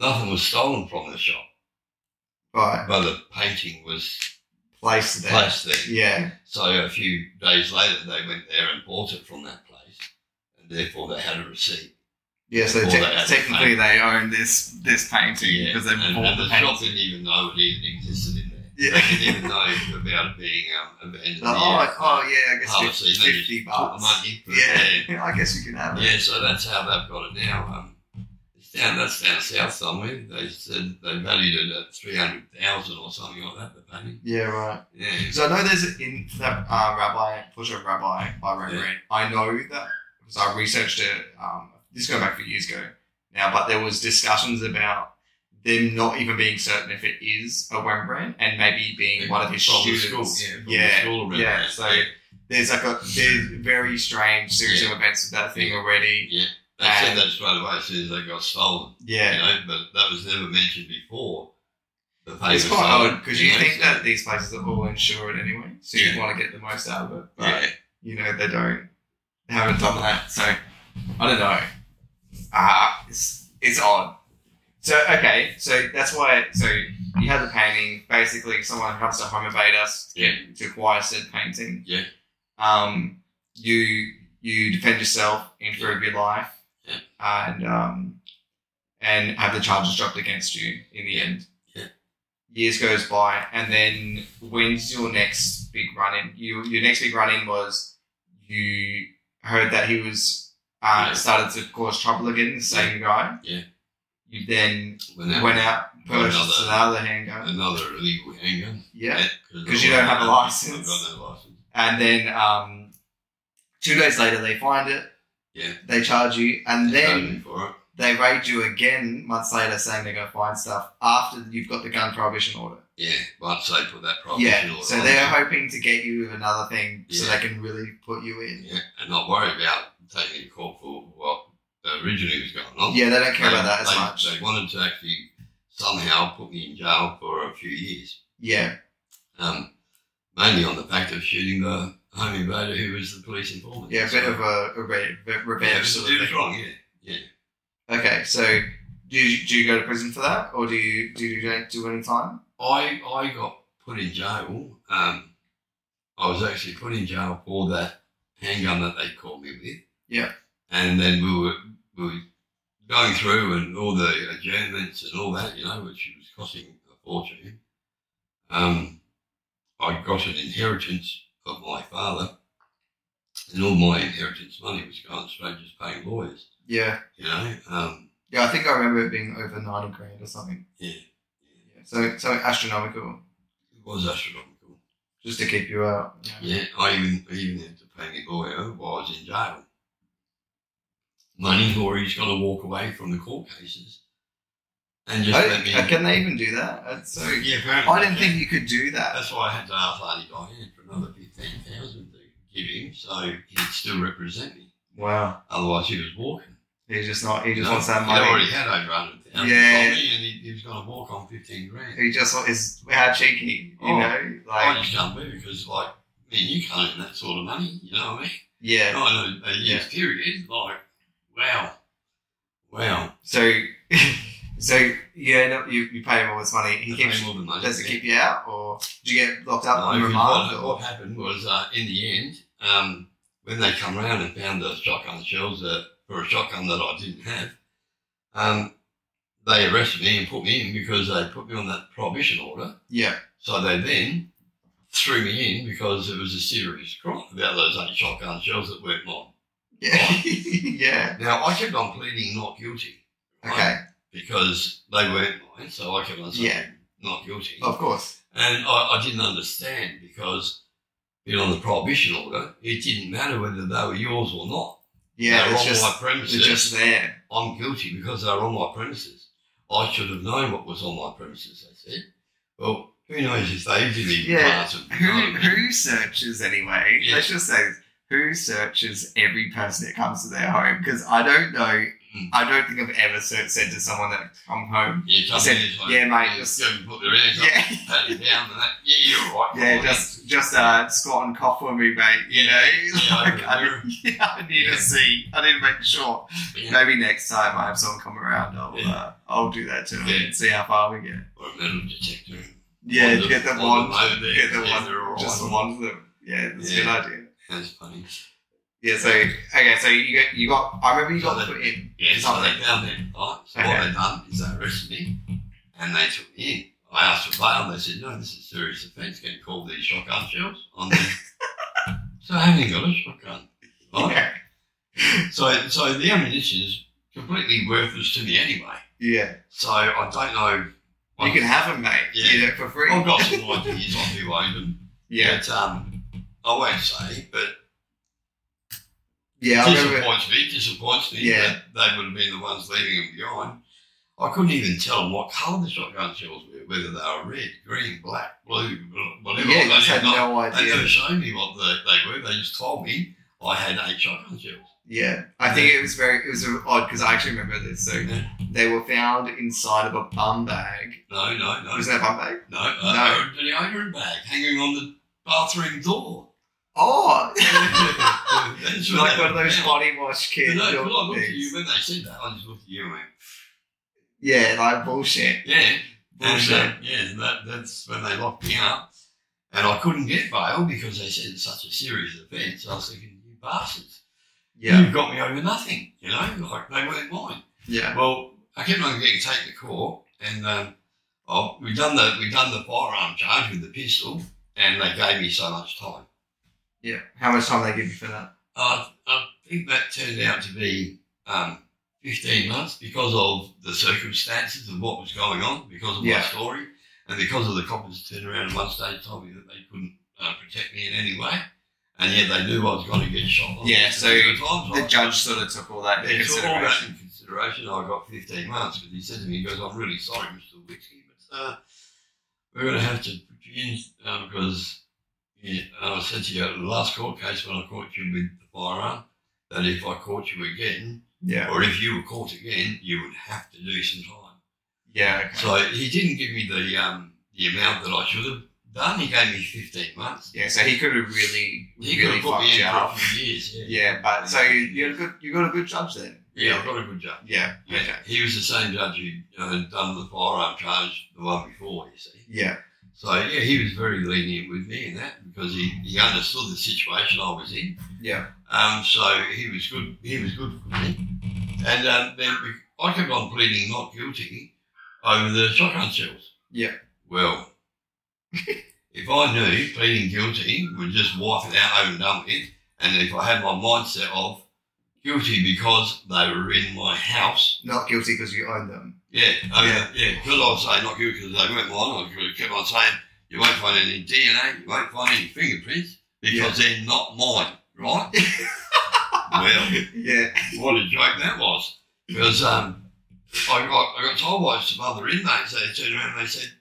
S2: nothing was stolen from the shop,
S1: Right.
S2: but the painting was
S1: Place there.
S2: placed there.
S1: Yeah,
S2: So a few days later, they went there and bought it from that place, and therefore they had a receipt.
S1: yeah. So
S2: Or
S1: te-
S2: they had the
S1: technically, they own this this painting
S2: Yeah,
S1: because
S2: and,
S1: they bought
S2: and
S1: the
S2: the
S1: painting.
S2: shop didn't even know it even existed in there.
S1: Yeah.
S2: They didn't even know about it being um, abandoned.
S1: Like, oh,
S2: yeah.
S1: I- oh, yeah. I guess
S2: Oh,
S1: fif-
S2: so you know, you
S1: fifty
S2: took the
S1: bucks.
S2: money, but
S1: Yeah. [LAUGHS] I guess you can have
S2: yeah,
S1: it.
S2: yeah. So that's how they've got it now. Um, it's down that's down south somewhere. They said they valued it at three hundred thousand or something like that. The painting.
S1: Yeah, right.
S2: Yeah,
S1: Because I know there's a- in that uh, Rabbi Pusher Rabbi by Rembrandt. I know that because I researched it. Um, this going back for years ago now, but there was discussions about them not even being certain if it is a Rembrandt and maybe being one of his
S2: from the school.
S1: students.
S2: Yeah, from
S1: yeah,
S2: The school around
S1: yeah,
S2: there.
S1: so- there's like a there's very strange series of events with that thing already.
S2: they said that straight away as soon as they got stolen. You
S1: Yeah,
S2: know, but that was never mentioned before. The paper
S1: it's quite
S2: sold,
S1: odd because you
S2: know,
S1: think
S2: so-
S1: that these places are all insured anyway, so you
S2: Yeah.
S1: want to get the most out of it, but
S2: Yeah.
S1: you know they don't. They haven't done that, so I don't know. Ah, it's it's odd. So okay, so that's why. So you had the painting. Basically, someone comes to home invade us to, get, to acquire said painting.
S2: Yeah.
S1: Um, you you defend yourself, improve your life,
S2: Yeah.
S1: and um, and have the charges dropped against you in the
S2: Yeah.
S1: end.
S2: Yeah.
S1: Years goes by, and then when's your next big run in? You your next big run in was you heard that he was uh,
S2: Yeah.
S1: started to cause trouble again, the same guy.
S2: Yeah.
S1: You then
S2: Went out
S1: went out,
S2: Got
S1: purchased
S2: another-
S1: another handgun.
S2: another illegal handgun.
S1: Yeah.
S2: Because
S1: you don't have a
S2: I've
S1: license.
S2: got no license.
S1: And then um, two days later, they find it.
S2: Yeah.
S1: They charge you, and
S2: They
S1: then
S2: charged me for it.
S1: they raid you again months later, saying they're going to find stuff after you've got the gun prohibition order.
S2: Yeah, once they put that property
S1: yeah.
S2: order
S1: So
S2: on
S1: they're
S2: it.
S1: hoping to get you with another thing, so
S2: Yeah.
S1: they can really put you in.
S2: Yeah, and not worry about taking court for what originally was going on.
S1: Yeah, they don't care
S2: They-
S1: about that as
S2: they,
S1: much.
S2: They wanted to actually somehow put me in jail for a few years,
S1: yeah.
S2: um, mainly on the fact of shooting the home invader who was the police informant.
S1: Yeah, a bit of a, a re- re-
S2: yeah, it
S1: revenge
S2: was-
S1: sort
S2: it
S1: of
S2: was
S1: thing.
S2: wrong. Yeah, yeah.
S1: Okay, so do you, do you go to prison for that, or do you do you do- do any time?
S2: I I got put in jail. Um, I was actually put in jail for that handgun that they caught me with.
S1: Yeah.
S2: And then we were we were going through and all the adjournments and all that, you know, which was costing a fortune. Um, I got an inheritance of my father, and all my inheritance money was going straight just paying lawyers,
S1: Yeah,
S2: you know. Um,
S1: yeah. I think I remember it being over ninety grand or something.
S2: yeah,
S1: Yeah. So so astronomical,
S2: it was astronomical.
S1: just to keep you out. you know.
S2: Yeah, I even, I even had to pay me lawyer while I was in jail. Money or he's got to walk away from the court cases and just
S1: I-
S2: let me.
S1: can they even do that? That's so.
S2: yeah, apparently.
S1: I didn't think you could do that.
S2: That's why I had to ask Lady Diane for another 15000 to give him so he'd still represent me.
S1: Wow.
S2: Otherwise, he was walking.
S1: He's just not. He just
S2: No,
S1: wants that
S2: He
S1: money.
S2: already had over 100000
S1: Yeah.
S2: on me and he, he was going to walk on 15 grand.
S1: He just wa- is how cheeky, you
S2: Oh.
S1: know?
S2: I
S1: Like
S2: just can't move because, like, me and you can't earn that sort of money, you know what I mean?
S1: yeah.
S2: Oh, no, a year's period. Like, wow. Wow.
S1: So [LAUGHS] so you end up you, you pay him all this money. He
S2: I
S1: keeps.
S2: paid more than money. Uh,
S1: Does it keep you out, or do you get locked up
S2: No,
S1: on
S2: because
S1: remand?
S2: what,
S1: Or
S2: what happened was, uh, in the end, um, when they come round and found the shotgun shells uh, for a shotgun that I didn't have, um, they arrested me and put me in because they put me on that prohibition order.
S1: yeah, [LAUGHS]
S2: So they then threw me in because it was a serious crime about those eight shotgun shells that weren't mine.
S1: yeah, yeah.
S2: Now, I kept on pleading not guilty. right?
S1: Okay,
S2: because they weren't mine, so I kept on saying
S1: Yeah. Oh.
S2: not guilty.
S1: of course.
S2: And I, I didn't understand because being on the prohibition order, it didn't matter whether they were yours or not.
S1: Yeah,
S2: they were
S1: it's
S2: on
S1: just
S2: my
S1: it's
S2: premises.
S1: just there.
S2: I'm guilty because they were on my premises. I should have known what was on my premises, they said. Well, who knows if they did even
S1: Yeah.
S2: parts of
S1: Who who searches anyway?
S2: Um, Yeah.
S1: Let's just say who searches every person that comes to their home because I don't know.
S2: Mm.
S1: I don't think I've ever said, said to someone that come home.
S2: Yeah, come
S1: said,
S2: here, it's like,
S1: "Yeah, mate,
S2: you
S1: just-
S2: haven't put their hands up, [LAUGHS]
S1: Yeah,
S2: pat it down, and that. Yeah, you're all right.
S1: yeah,
S2: Well,
S1: just just uh, squat and cough for me, mate. You know, [LAUGHS]
S2: Yeah,
S1: like
S2: I
S1: I,
S2: remember. [LAUGHS]
S1: didn't- yeah, I need [LAUGHS]
S2: Yeah.
S1: to see. I need to make sure.
S2: yeah.
S1: Maybe next time I have someone come around, I'll
S2: Yeah.
S1: uh, I'll do that to them
S2: Yeah.
S1: and see how far we get.
S2: Or a metal detector.
S1: Yeah,
S2: Or the-
S1: get the
S2: or the
S1: one,
S2: mode there,
S1: get the
S2: yeah, they're
S1: one,
S2: all
S1: just
S2: on.
S1: the one of them. Yeah, that's a good
S2: Yeah.
S1: idea.
S2: That's funny.
S1: Yeah, so okay, so you got you got. I remember you
S2: So
S1: got
S2: that-
S1: put in.
S2: Yeah, so
S1: Something.
S2: they found him, right? So what
S1: Okay.
S2: they done is they arrested me and they took me in. I asked for bail and they said, no, this is serious offence. Can you call these shotgun shells on
S1: [LAUGHS]
S2: them? so I haven't got a shotgun. Right?
S1: Yeah,
S2: So, so the ammunition is completely worthless to me anyway.
S1: yeah.
S2: So I don't know.
S1: You can have them, mate.
S2: Yeah.
S1: You know, for free.
S2: I've got some ideas on who owned them.
S1: Oh, yeah,
S2: But, um, I won't say, but
S1: yeah. I remember.
S2: disappoints me, disappoints me
S1: Yeah.
S2: that they would have been the ones leaving them behind. I couldn't even tell them what colour the shotgun shells were, whether they were red, green, black, blue, wh- whatever.
S1: Yeah,
S2: they
S1: you just had
S2: did not-
S1: no
S2: they never
S1: idea.
S2: showed me what the, they were. They just told me I had eight shotgun shells.
S1: Yeah, I think it was very it was odd because I actually remember this. So
S2: Yeah.
S1: they were found inside of a bum bag.
S2: No, no, no,
S1: Wasn't that a bum bag?
S2: no. Uh,
S1: No.
S2: They were in an iron bag hanging on the bathroom door. [LAUGHS]
S1: Oh, [LAUGHS]
S2: That's what
S1: like
S2: they
S1: one of those
S2: found.
S1: body wash
S2: But
S1: kids.
S2: no, but I looked at you
S1: things.
S2: when they said that. I just looked at you and went,
S1: Yeah, like bullshit.
S2: yeah. And,
S1: Bullshit.
S2: uh, yeah, and that, that's when they locked me up. And I couldn't get bail because they said it's such a serious offence. I was thinking, you bastards.
S1: Yeah,
S2: You've got me over nothing, you know, like they weren't mine.
S1: yeah,
S2: Well, I kept on getting taken to court and um, oh, we done the we done the firearm charge with the pistol and they gave me so much time.
S1: yeah. How much time they give you for that?
S2: Uh, I think that turned out to be um, 15 months because of the circumstances of what was going on, because of my
S1: Yeah.
S2: story, and because of the coppers turned around at one stage told me that they couldn't uh, protect me in any way, and yet they knew I was going to get shot.
S1: Yeah, so
S2: At times I-
S1: The judge sort of took all that into
S2: yeah, so all that
S1: consideration.
S2: in consideration, I got 15 months because he said to me, he goes, I'm really sorry, Mr. Whiskey, but uh, we're going to have to produce uh, because yeah, and I said to you in the last court case when I caught you with the firearm that if I caught you again,
S1: Yeah.
S2: or if you were caught again, you would have to do some time.
S1: Yeah. Okay.
S2: So he didn't give me the um, the amount that I should have done. He gave me 15 months.
S1: Yeah. So he could have really,
S2: He
S1: really
S2: could have put me
S1: fucked
S2: in
S1: you
S2: for a
S1: up.
S2: few years. Yeah,
S1: Yeah. But so you, you got a good, you got a good judge then.
S2: yeah I've got a good job.
S1: Yeah.
S2: Yeah,
S1: Okay.
S2: he was the same judge who uh, had done the firearm charge the one before, you see.
S1: Yeah.
S2: So, yeah, he was very lenient with me in that because he, he understood the situation I was in.
S1: Yeah.
S2: Um, so he was good. He was good for me. And um, then we- I kept on pleading not guilty over the shotgun shells.
S1: Yeah.
S2: Well, [LAUGHS] if I knew pleading guilty would just wipe it out over and done with, and if I had my mindset of guilty because they were in my house,
S1: Not guilty because you owned them.
S2: yeah, I
S1: Yeah.
S2: yeah, yeah. Because I was saying not you because they weren't mine. I could have kept on saying you won't find any DNA, you won't find any fingerprints because they're not mine, right? [LAUGHS] well,
S1: Yeah.
S2: what a joke that was. Because um, I got I got told by some other inmates. They turned around and they said,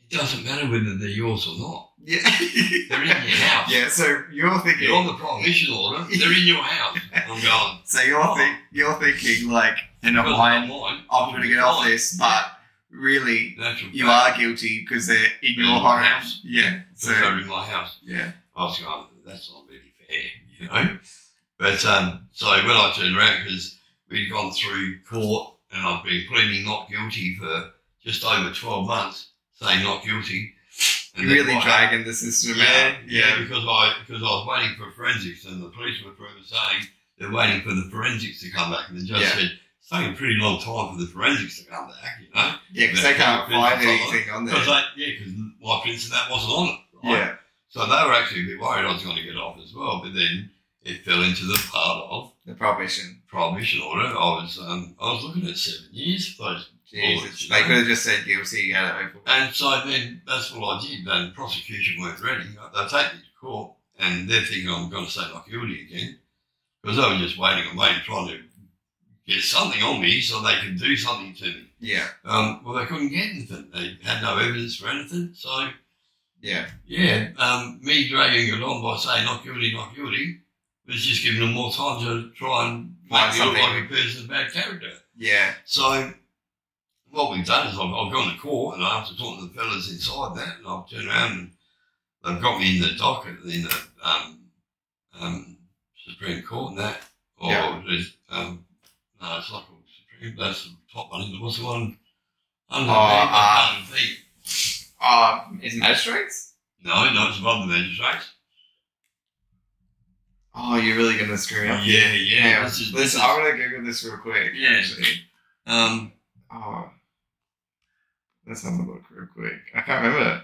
S2: "It doesn't matter whether they're yours or not. They're in your
S1: Yeah.
S2: house.
S1: [LAUGHS] yeah. So you're thinking.
S2: You're on the prohibition order. They're in your house." I'm going.
S1: So you're think, you're thinking like in a
S2: Because they're
S1: mind,
S2: mine.
S1: I'm going to get off this, but really,
S2: Natural
S1: you
S2: fact,
S1: are guilty because they're in your
S2: Yeah.
S1: home. Yeah. So
S2: because They're in my house.
S1: yeah.
S2: I was going, that's not really fair, you know. But um, so when I turned around, because we'd gone through court and I've been pleading not guilty for just over 12 months, saying not guilty.
S1: You're
S2: then
S1: really
S2: what happened-
S1: dragging the system
S2: Yeah,
S1: out.
S2: yeah, because I because I was waiting for forensics and the police were forever saying they're waiting for the forensics to come back. And the judge
S1: Yeah.
S2: said, it's taking a pretty long time for the forensics to come back, you know.
S1: Yeah, because they can't find anything on
S2: Because,
S1: there.
S2: yeah, because my prints and that wasn't on it. right?
S1: Yeah,
S2: So they were actually a bit worried I was going to get off as well, but then it fell into the part of
S1: the prohibition.
S2: prohibition order. I was um, I was looking at seven years for those.
S1: Jesus.
S2: Bullshit.
S1: They could have just said guilty out of open.
S2: And so then that's what I did. And prosecution weren't ready. They take me to court and they're thinking I'm going to say not guilty again because they were just waiting and waiting, trying to get something on me so they could do something to me.
S1: Yeah,
S2: Um, well, they couldn't get anything. They had no evidence for anything. So
S1: yeah,
S2: Yeah, um, me dragging it on by saying not guilty, not guilty, was just giving them more time to try and
S1: Find
S2: make me look
S1: something.
S2: like a person of bad character.
S1: yeah,
S2: So what we've done is I've, I've gone to court and after talking to the fellas inside that, and I've turned around and they've got me in the docket in the um, um, Supreme Court and that, or
S1: Yeah.
S2: there's, um, no, it's not called Supreme. That's the top one. What's the one? Under
S1: Oh, uh,
S2: under the-
S1: Um, is magistrates?
S2: no, no, it's above the magistrates.
S1: Oh, you're really gonna screw up.
S2: Yeah, yeah. This is,
S1: Listen,
S2: this is,
S1: I'm gonna Google this real quick.
S2: Yeah.
S1: actually.
S2: um,
S1: Oh, let's have a look real quick. I can't remember.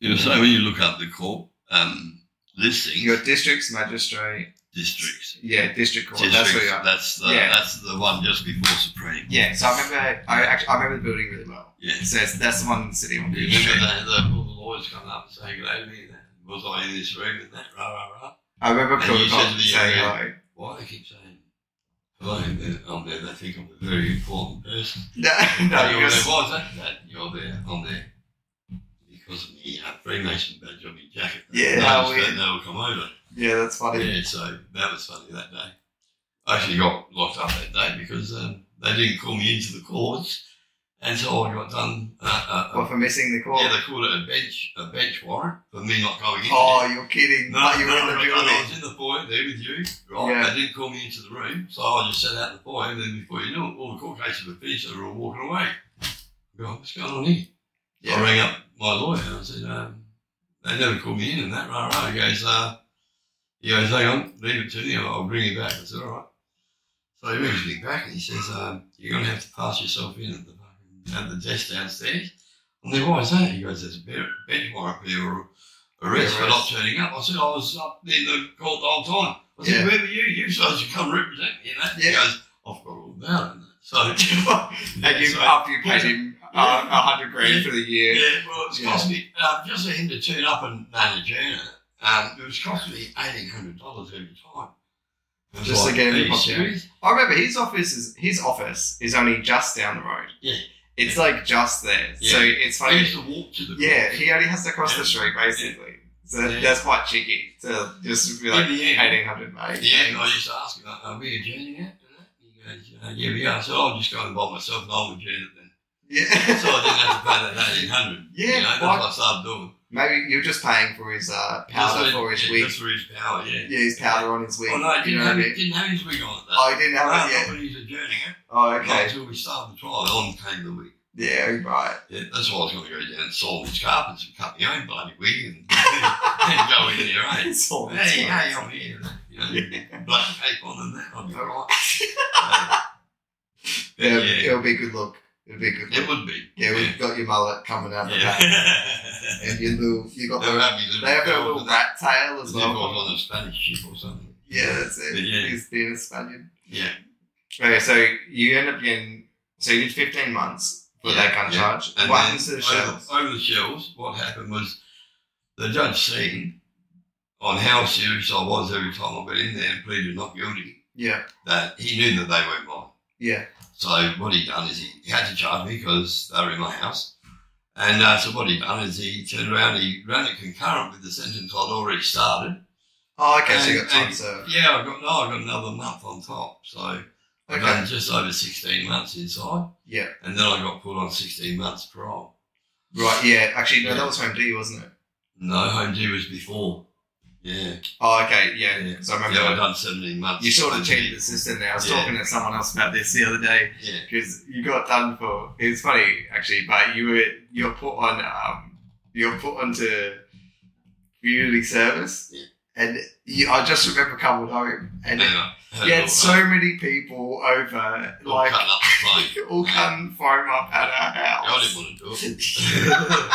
S2: you know, so when you look up the court um, listing,
S1: Your district's magistrate.
S2: districts,
S1: Yeah, district court.
S2: districts
S1: That's where you are.
S2: that's the
S1: Yeah.
S2: that's the one just before Supreme.
S1: Yeah, so I remember. I actually I remember the building really well.
S2: Yeah.
S1: So it's, that's the one sitting on
S2: You
S1: the
S2: remember that, the, all the lawyers come up and say, "Good me." That was I in this room and that rah rah rah.
S1: I remember
S2: And
S1: Cool
S2: you said uh,
S1: Cop
S2: to me,
S1: saying
S2: yeah.
S1: hello.
S2: Why they keep saying hello? They, I'm there. They think I'm a very important person.
S1: [LAUGHS] No,
S2: No,
S1: no,
S2: you're
S1: you
S2: there.
S1: just,
S2: Why is that? that? You're there. I'm there. Because of the uh, Freemason badge on my jacket.
S1: Yeah,
S2: They'll-
S1: we-
S2: they'll come over.
S1: yeah, that's funny.
S2: Yeah, so that was funny that day. I actually got locked up that day because um, they didn't call me into the courts, and so I got done. Uh, uh,
S1: Well,
S2: uh,
S1: for missing the call.
S2: yeah, they called it a bench a bench warrant for me not going in.
S1: oh, you're kidding.
S2: no,
S1: But you
S2: no,
S1: were in the
S2: no, no, I
S1: [LAUGHS] building.
S2: was in the foyer there with you. Right,
S1: Yeah.
S2: they didn't call me into the room, so I just sat out in the foyer. And then before you knew it, all the court cases were finished. They were all walking away. I go, what's going on here?
S1: Yeah.
S2: I rang up my lawyer and I said, um, they never called me in and that, right, right. He goes, uh, he goes, hang on, leave it to me, I'll bring you back. I said, all right. So he brings me back and he says, um, you're going to have to pass yourself in at the, fucking- at the desk downstairs. And then, why is that? He goes, there's a bed, bed warrant for you or, arrest for not
S1: Arrest.
S2: turning up. I said, I was up in the court the whole time. I said,
S1: Yeah.
S2: where were you? You supposed to come represent me. And that
S1: Yeah.
S2: he goes, I've got all about it. So, [LAUGHS]
S1: They give
S2: so-
S1: up, you paid him uh, a hundred grand for the year.
S2: Yeah, well, it's cost me uh, just for him to turn up and manage it. Um, it was costing me eighteen hundred dollars every time. It was
S1: Just to get him
S2: "Are
S1: to
S2: you
S1: pop down."
S2: serious?
S1: I remember his office is his office is only just down the road.
S2: Yeah.
S1: It's like just there. So it's
S2: I
S1: funny.
S2: used to walk to the
S1: Yeah, he only has to cross the
S2: Yeah.
S1: street basically. So
S2: Yeah.
S1: that's quite cheeky to just be like
S2: In the end-
S1: eighteen hundred mate.
S2: At the end, I used to ask him, "Are we adjourning it?" And he goes, uh, "Yeah, we are." So I'll just go and buy myself and I'll adjourn it then. [LAUGHS]
S1: Yeah.
S2: So I didn't have to pay that eighteen hundred.
S1: [LAUGHS] Yeah,
S2: you know, that's
S1: why-
S2: what I started doing.
S1: Maybe you're just paying for his uh, powder
S2: Just
S1: for his
S2: yeah,
S1: wig.
S2: just for his power. Yeah.
S1: Yeah, his powder on his wig.
S2: Oh no, he
S1: you
S2: didn't,
S1: know what I
S2: have,
S1: mean?
S2: didn't have his wig on at that.
S1: Oh, he didn't
S2: no,
S1: have
S2: not
S1: it yet.
S2: when he was adjourning it.
S1: Oh,
S2: Not
S1: okay.
S2: until we started the trial, on came the wig.
S1: Yeah, right.
S2: Yeah, that's why I was going to go down and solve his carpets and cut my own bloody wig and, [LAUGHS] and go in there, eh?
S1: It's all it's
S2: Hey, hey,
S1: fine.
S2: I'm here. You know,
S1: Yeah.
S2: black cape on and that, I'll be alright. Uh,
S1: [LAUGHS]
S2: but
S1: Yeah,
S2: yeah,
S1: It'll be a good look. It'll be a good
S2: it
S1: look.
S2: would be.
S1: Yeah, we've got your mullet coming out
S2: yeah.
S1: the back. And your little, you got the, they have a little
S2: rat
S1: rat tail as
S2: as well.
S1: well.
S2: on a Spanish ship or something.
S1: Yeah, that's it.
S2: Yeah.
S1: He's being a Spaniard.
S2: Yeah.
S1: Okay, so you end up getting, so you did 15 months for
S2: Yeah,
S1: that gun
S2: yeah.
S1: charge.
S2: And
S1: what
S2: then
S1: happens to the
S2: over-
S1: shells?
S2: Over, the shells, what happened was the judge seen on how serious I was every time I went in there and pleaded not guilty
S1: Yeah,
S2: that he knew that they weren't mine.
S1: yeah,
S2: So what he done is he, he had to charge me because they were in my house. And uh, so what he done is he turned around, he ran it concurrent with the sentence I'd already started.
S1: Oh, okay, so you got
S2: And-
S1: time
S2: and-
S1: served.
S2: Yeah, I got no, I got another month on top. So I
S1: Okay,
S2: got just over sixteen months inside,
S1: yeah.
S2: and then I got put on sixteen months parole.
S1: Right, yeah. Actually, no,
S2: Yeah.
S1: that was Home D, wasn't it?
S2: No, home due was before. Yeah,
S1: Oh, okay, yeah.
S2: Yeah.
S1: So I remember
S2: yeah, I done seventeen months.
S1: You sort of cheated
S2: cheated.
S1: the system there. I was
S2: Yeah.
S1: talking to someone else about this the other day
S2: Yeah,
S1: because you got done for. It's funny actually, but you were you're put on um you're put onto community service,
S2: Yeah.
S1: and you, I just remember coming home and
S2: anyway, heard
S1: you
S2: all
S1: had
S2: that.
S1: so many people over,
S2: All
S1: like
S2: cutting up the phone.
S1: all come foam up at our
S2: I
S1: house.
S2: didn't
S1: [LAUGHS]
S2: want to do it.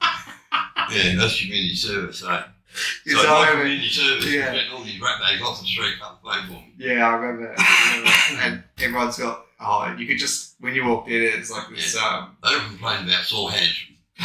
S2: yeah, that's community service, eh?
S1: It's
S2: so my
S1: all over.
S2: community service
S1: Yeah.
S2: yeah. all these rat bags off the street come play for me.
S1: Yeah, I
S2: [LAUGHS]
S1: remember. I remember. and everyone's got. Oh, you could just when you walked in, it's like this. Um,
S2: They were complaining about sore hands.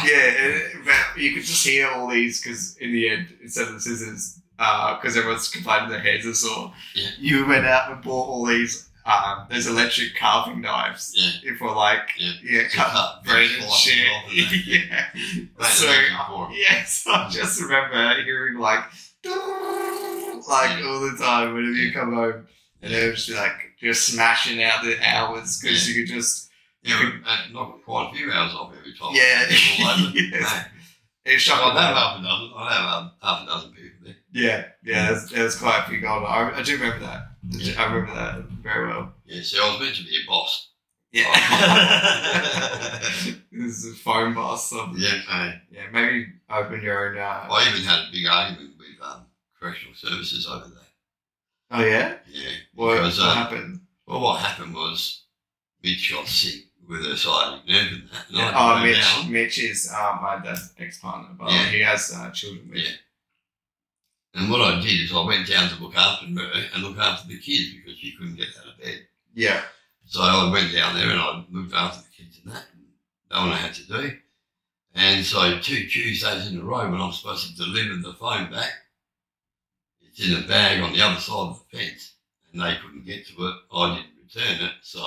S1: Yeah, and, but you could just hear all these because in the end, instead of the scissors, because uh, everyone's complaining their hands are sore,
S2: Yeah.
S1: you went out and bought all these um, those electric carving knives
S2: Yeah.
S1: for like
S2: Yeah. uh,
S1: yeah,
S2: To
S1: cut
S2: cut
S1: bread
S2: big
S1: and
S2: slices
S1: shit.
S2: off and that, yeah.
S1: [LAUGHS] yeah.
S2: Made a
S1: So
S2: legend for it.
S1: yeah, so I just remember hearing like like
S2: Yeah.
S1: all the time whenever you
S2: Yeah.
S1: come home, and it was just like just smashing out the hours because you could just
S2: Yeah, we had knocked quite a few hours off every time.
S1: Yeah.
S2: People all
S1: [LAUGHS]
S2: over.
S1: Yes.
S2: Mate,
S1: it was
S2: I'd
S1: shocking.
S2: have half a dozen. I'd have um, half a dozen people there.
S1: Yeah, yeah, there's, there's quite a few going on. I, I do remember that.
S2: Yeah.
S1: I remember that very well.
S2: Yeah, see, I was meant to be a boss.
S1: Oh, [LAUGHS] this is a phone boss. Or,
S2: yeah, mate.
S1: yeah, maybe open your own. Uh,
S2: I even had a big argument with um, correctional services over there.
S1: oh, yeah?
S2: Yeah.
S1: What,
S2: Because,
S1: what
S2: uh,
S1: happened?
S2: Well, what happened was Mitch got sick with her sciatic nerve and that. And I had to
S1: oh,
S2: go
S1: Mitch.
S2: down.
S1: Mitch is uh, my dad's ex partner, but
S2: Yeah.
S1: he has uh, children with.
S2: Yeah. And what I did is I went down to look after her and look after the kids because she couldn't get out of bed.
S1: Yeah.
S2: So I went down there and I looked after the kids and that. And that one I had to do. And so two Tuesdays in a row when I'm supposed to deliver the phone back, it's in a bag on the other side of the fence. And they couldn't get to it. I didn't return it. So,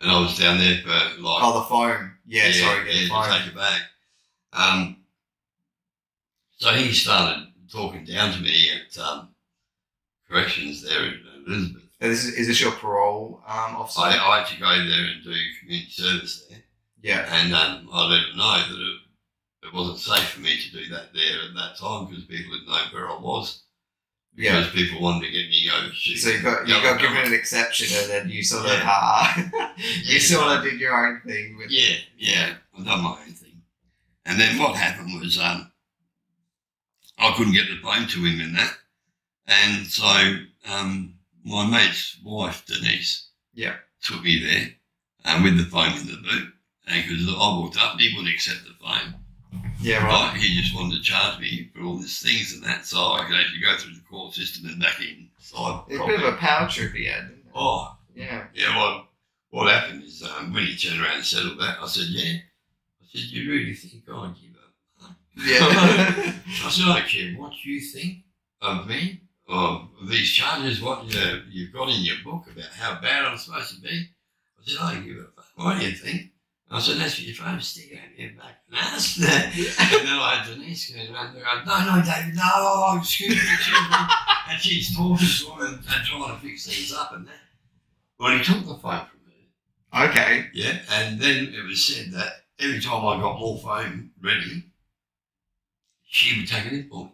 S2: and I was down there for like
S1: Oh, the phone. Yeah, sorry, yeah, the
S2: yeah, just
S1: phone.
S2: take it back. Um, so he started talking down to me at um, corrections there in uh, Elizabeth.
S1: And this is, is this your parole um, officer?
S2: I, I had to go there and do community service there,
S1: yeah.
S2: and um, I let him know that it, it wasn't safe for me to do that there at that time because people had known where I was.
S1: Yeah.
S2: Because people wanted to get me over to.
S1: So you got you
S2: Yeah,
S1: got
S2: yeah.
S1: given an exception, and then you sort of
S2: Yeah.
S1: [LAUGHS] uh, you
S2: Yeah.
S1: sort of did your own thing with
S2: Yeah, yeah, I've done my own thing. And then what happened was um, I couldn't get the phone to him in that. And so um, my mate's wife, Denise,
S1: Yeah.
S2: took me uh, there um, with the phone in the boot. And because I walked up, he wouldn't accept the phone.
S1: Yeah, right.
S2: Like, he just wanted to charge me for all these things and that, so I could actually go through the court system and back in. So I
S1: It's a
S2: probably-
S1: bit of a power trip he had. didn't it?
S2: oh,
S1: Yeah.
S2: yeah, well, what happened is um, when he turned around and settled that, I said, yeah. I said, you really think I give up? [LAUGHS]
S1: Yeah.
S2: I said, I don't care what you think of me, of these charges, what you, you've got in your book about how bad I'm supposed to be. I said, I don't give a fuck what you think. I said, that's your phone stick out your back and ass. [LAUGHS] and then I had Denise going around there going, no, no, David, no, I'm excuse me, excuse me. And she's talking to him and, and trying to fix things up and that. Well, he took the phone from her.
S1: okay.
S2: Yeah, and then it was said that every time I got more foam ready, she would take it in for me.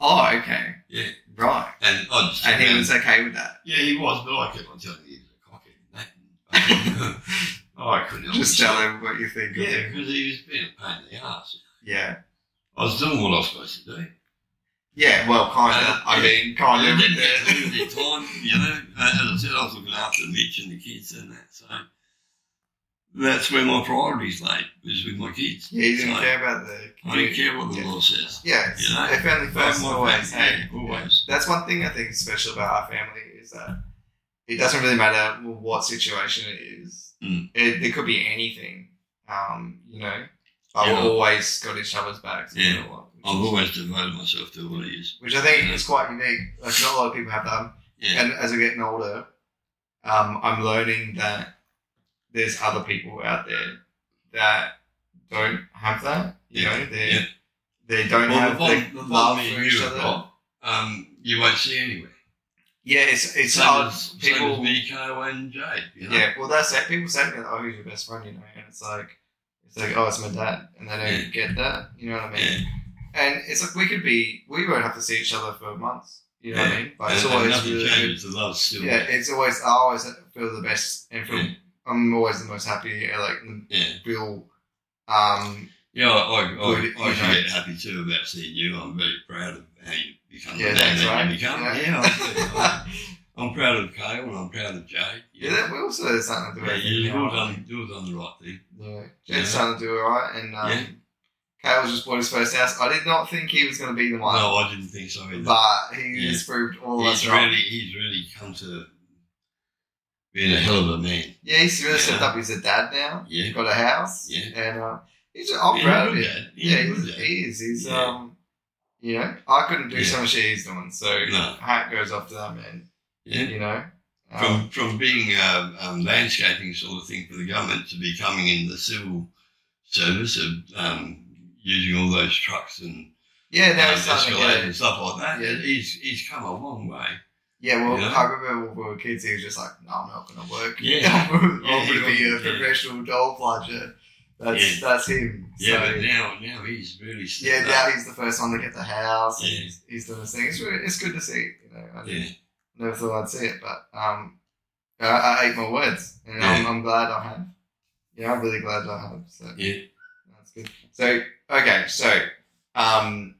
S1: Oh, okay.
S2: Yeah,
S1: Right.
S2: and I just
S1: And he was okay with that.
S2: yeah, he was, but I kept on telling him he was a cockhead. And [LAUGHS] that, oh, I couldn't help
S1: Just tell
S2: myself.
S1: him what you think of
S2: Yeah,
S1: him.
S2: because he was being a pain in the ass.
S1: Yeah.
S2: I was doing what I was supposed to do.
S1: Yeah, well, kind of.
S2: Uh,
S1: I
S2: yeah.
S1: mean, kind
S2: I
S1: of.
S2: didn't get to do it in time, you know. Uh, As I said, I was looking after Mitch and the kids and that, so that's where my priorities lay, was with my kids.
S1: Yeah, [LAUGHS] he didn't
S2: So,
S1: care about the
S2: I didn't care what the
S1: Yeah.
S2: law says.
S1: Yeah, it's-
S2: You know,
S1: their family
S2: That's
S1: first
S2: my
S1: always.
S2: family,
S1: Hey,
S2: yeah, always.
S1: That's one thing I think is special about our family is that it doesn't really matter what situation it is.
S2: Mm.
S1: It, it could be anything, um, you know. But
S2: Yeah.
S1: we've always got each other's backs.
S2: Yeah. Oh,
S1: you know, like,
S2: I've always devoted myself to what it is.
S1: Which I think is quite unique. Like not a lot of people have that.
S2: Yeah.
S1: And as I'm getting older, um, I'm learning that there's other people out there that don't have that. You
S2: Yeah.
S1: know, they
S2: Yeah.
S1: they don't
S2: Well, the
S1: have
S2: bond,
S1: the
S2: the
S1: love
S2: bond me
S1: for
S2: and
S1: each
S2: you have
S1: other.
S2: got, um, you won't see anywhere.
S1: Yeah, it's it's
S2: same,
S1: hard.
S2: as, same as
S1: people,
S2: Nico and Jade. You know?
S1: yeah. Well, that's it. People say to me, "Oh, who's your best friend?" You know, and it's like, it's like, oh, it's my dad, and they don't
S2: Yeah.
S1: get that. You know what I mean?
S2: Yeah.
S1: And it's like we could be, we won't have to see each other for months. You know what I mean? But
S2: And,
S1: it's
S2: and
S1: always
S2: nothing
S1: really good.
S2: changes. The love's still
S1: Yeah,
S2: there.
S1: it's always. I always feel the best, and feel,
S2: Yeah.
S1: I'm always the most happy. and, Like the
S2: Yeah.
S1: feel, um,
S2: Yeah, I, I, I,
S1: Good,
S2: I
S1: you know.
S2: should get happy too about seeing you. I'm very proud of how you become
S1: Yeah,
S2: the man
S1: that's
S2: that
S1: right.
S2: you become.
S1: Yeah.
S2: Yeah,
S1: [LAUGHS]
S2: I'm, I'm, I'm proud of Kale and I'm proud of Jade.
S1: yeah, that we also there's something to do.
S2: yeah,
S1: with it,
S2: you've
S1: you know
S2: all
S1: what I
S2: done,
S1: mean?
S2: you've all done the right thing.
S1: Yeah,
S2: Yeah.
S1: Jed's starting to do alright, and um,
S2: Yeah.
S1: Kale's just bought his first house. I did not think he was going to be the one.
S2: No, I didn't think so either.
S1: but he
S2: Yeah.
S1: has proved all of us
S2: he's
S1: wrong.
S2: really he's really come to being a hell of a man.
S1: yeah, he's really stepped
S2: Yeah.
S1: up. He's a dad now.
S2: Yeah.
S1: He's got a house.
S2: Yeah.
S1: And uh, he's, I'm proud of
S2: good
S1: him.
S2: dad. He's
S1: Yeah,
S2: a
S1: he's,
S2: good dad.
S1: he is. He's,
S2: Yeah.
S1: um, you know, I couldn't do
S2: Yeah.
S1: some of the shit he's doing. So
S2: No.
S1: hat goes off to that man,
S2: Yeah.
S1: you know. Um,
S2: From from being um, um, landscaping sort of thing for the government to becoming in the civil service of um, using all those trucks and
S1: yeah,
S2: um,
S1: now he's starting to
S2: escalators
S1: get
S2: and
S1: it.
S2: stuff like that.
S1: Yeah.
S2: He's he's come a long way.
S1: Yeah, well,
S2: Yeah.
S1: I remember when we were kids, he was just like, no, I'm not going to work. [LAUGHS]
S2: Yeah.
S1: I'm
S2: Yeah, he
S1: going to be a
S2: was, yeah.
S1: professional doll plunger. That's, that's him.
S2: Yeah,
S1: so,
S2: but now now he's really stepped
S1: Yeah,
S2: up.
S1: now he's the first one to get the house. And
S2: Yeah.
S1: he's, he's doing his thing. It's, really, it's good to see. You know, I
S2: yeah.
S1: never thought I'd see it, but um, I, I ate my words, and I'm, I'm glad I have. Yeah, I'm really glad I have. So
S2: Yeah.
S1: that's good. So okay, so um,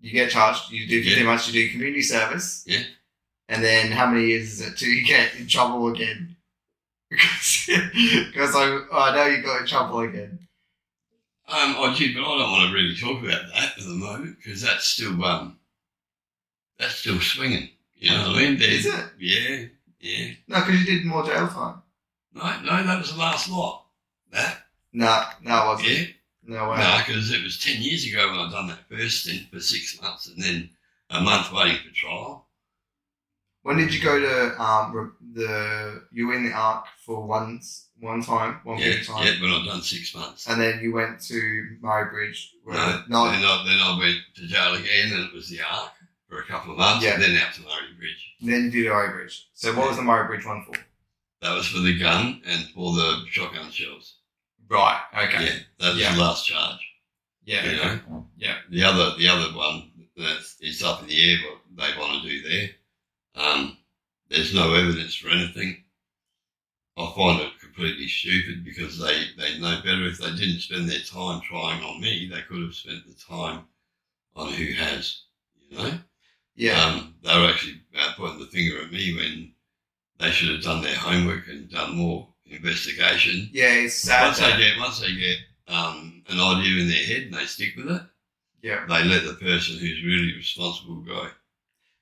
S1: you get charged. You do
S2: Yeah.
S1: too much. You do community service.
S2: Yeah.
S1: And then how many years is it till you get in trouble again? [LAUGHS] Because I, I know you got in trouble again.
S2: Um, I do, but I don't want to really talk about that at the moment because that's still um, that's still swinging. You know what I mean?
S1: Is
S2: There's-
S1: it?
S2: Yeah, yeah.
S1: No, because you did more jail time.
S2: No, no, that was the last lot. That,
S1: No, no, Oh, it wasn't.
S2: yeah.
S1: No
S2: No,
S1: way.
S2: 'cause because it was ten years ago when I done that first stint for six months, and then a month waiting for trial.
S1: When did you go to um, re- the? You were in the arc for once, one time, one
S2: Yeah,
S1: period of time,
S2: yeah. When I done six months,
S1: and then you went to Murray Bridge. where-
S2: no, Then, I, then I went to jail again, and it was the Ark for a couple of months,
S1: Yeah.
S2: and then out to Murray Bridge.
S1: then you did Murray Bridge. So what was the Murray Bridge one for?
S2: That was for the gun and for the shotgun shells.
S1: Right. Okay.
S2: Yeah, that was
S1: Yeah.
S2: the last charge.
S1: Yeah.
S2: You know?
S1: Yeah.
S2: The other the other one that is up in the air what they want to do there. Um, there's no evidence for anything. I find it completely stupid because they, they know better. If they didn't spend their time trying on me, they could have spent the time on who has, you know?
S1: Yeah.
S2: Um, they were actually uh, pointing the finger at me when they should have done their homework and done more investigation.
S1: yeah. It's sad.
S2: Once
S1: That,
S2: they get once they get um, an idea in their head and they stick with it,
S1: Yeah.
S2: they let the person who's really responsible go.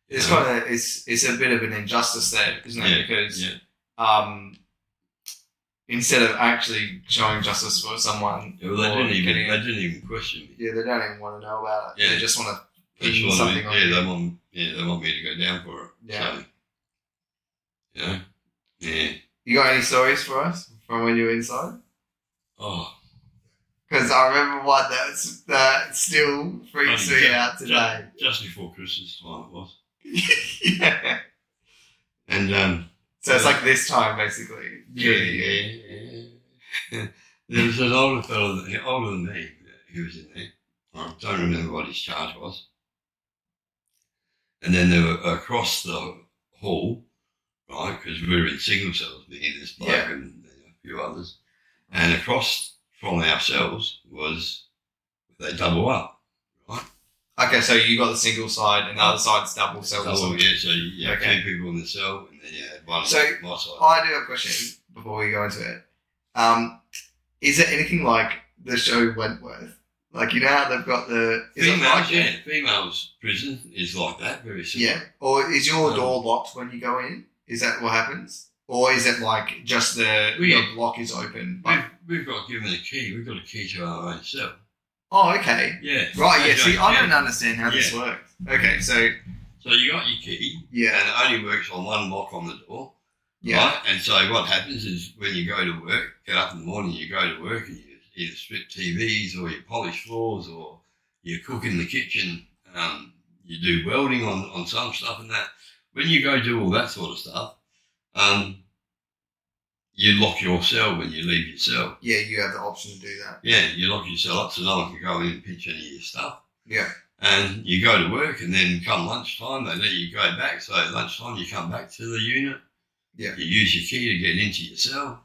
S1: It's kind of it's it's a bit of an injustice there, isn't it?
S2: Yeah,
S1: Because
S2: yeah.
S1: um, instead of actually showing justice for someone,
S2: Well, they
S1: or
S2: didn't even
S1: getting-
S2: they didn't even question me.
S1: yeah, they don't even want to know about it. They
S2: Yeah.
S1: just want to.
S2: They just
S1: Pin
S2: wanted me-
S1: something on
S2: yeah,
S1: you.
S2: they want yeah, they want me to go down for it.
S1: Yeah.
S2: So, you know? Yeah.
S1: You got any stories for us from when you were inside?
S2: Oh,
S1: Because I remember one that's that still freaks
S2: Bloody
S1: me
S2: ju-
S1: out
S2: ju-
S1: today.
S2: just before Christmas time it was.
S1: yeah.
S2: And um
S1: [LAUGHS] So it's like this time basically.
S2: Yeah, yeah, [LAUGHS] yeah. there was an older fellow, that- older than me, who was in there. I don't remember what his charge was. And then they were across the hall, right? Because we were in single cells, me, this bloke,
S1: Yeah.
S2: and a few others. And across from ourselves was they double up.
S1: Okay, so you got the single side and the other side's double cell.
S2: Double, yeah. So you had
S1: Okay.
S2: two people in the cell, and then you had one
S1: So-
S2: on my side.
S1: I do have a question before we go into it. Um, is it anything like the show Wentworth? Like you know how they've got the is it
S2: females,
S1: like
S2: yeah, females prison is like that, very similar.
S1: yeah. Or is your
S2: Um,
S1: door locked when you go in? Is that what happens? Or is it like just the
S2: We-
S1: your block is open?
S2: We've,
S1: Like,
S2: we've got given a key. We've got a key to our own cell.
S1: oh, okay.
S2: Yeah.
S1: Right, yeah.
S2: They
S1: See, I
S2: yeah.
S1: don't understand how this works. Okay, so
S2: So you got your key,
S1: yeah,
S2: and it only works on one lock on the door.
S1: yeah,
S2: Right? And so what happens is when you go to work, get up in the morning, you go to work, and you either strip TVs or you polish floors or you cook in the kitchen. Um, you do welding on, on some stuff and that. When you go do all that sort of stuff, um, you lock your cell when you leave your cell.
S1: yeah. You have the option to do that.
S2: Yeah, you lock yourself up so no one can go in and pinch any of your stuff.
S1: Yeah.
S2: And you go to work, and then come lunchtime, they let you go back. So at lunchtime, you come back to the unit.
S1: Yeah.
S2: You use your key to get into your cell.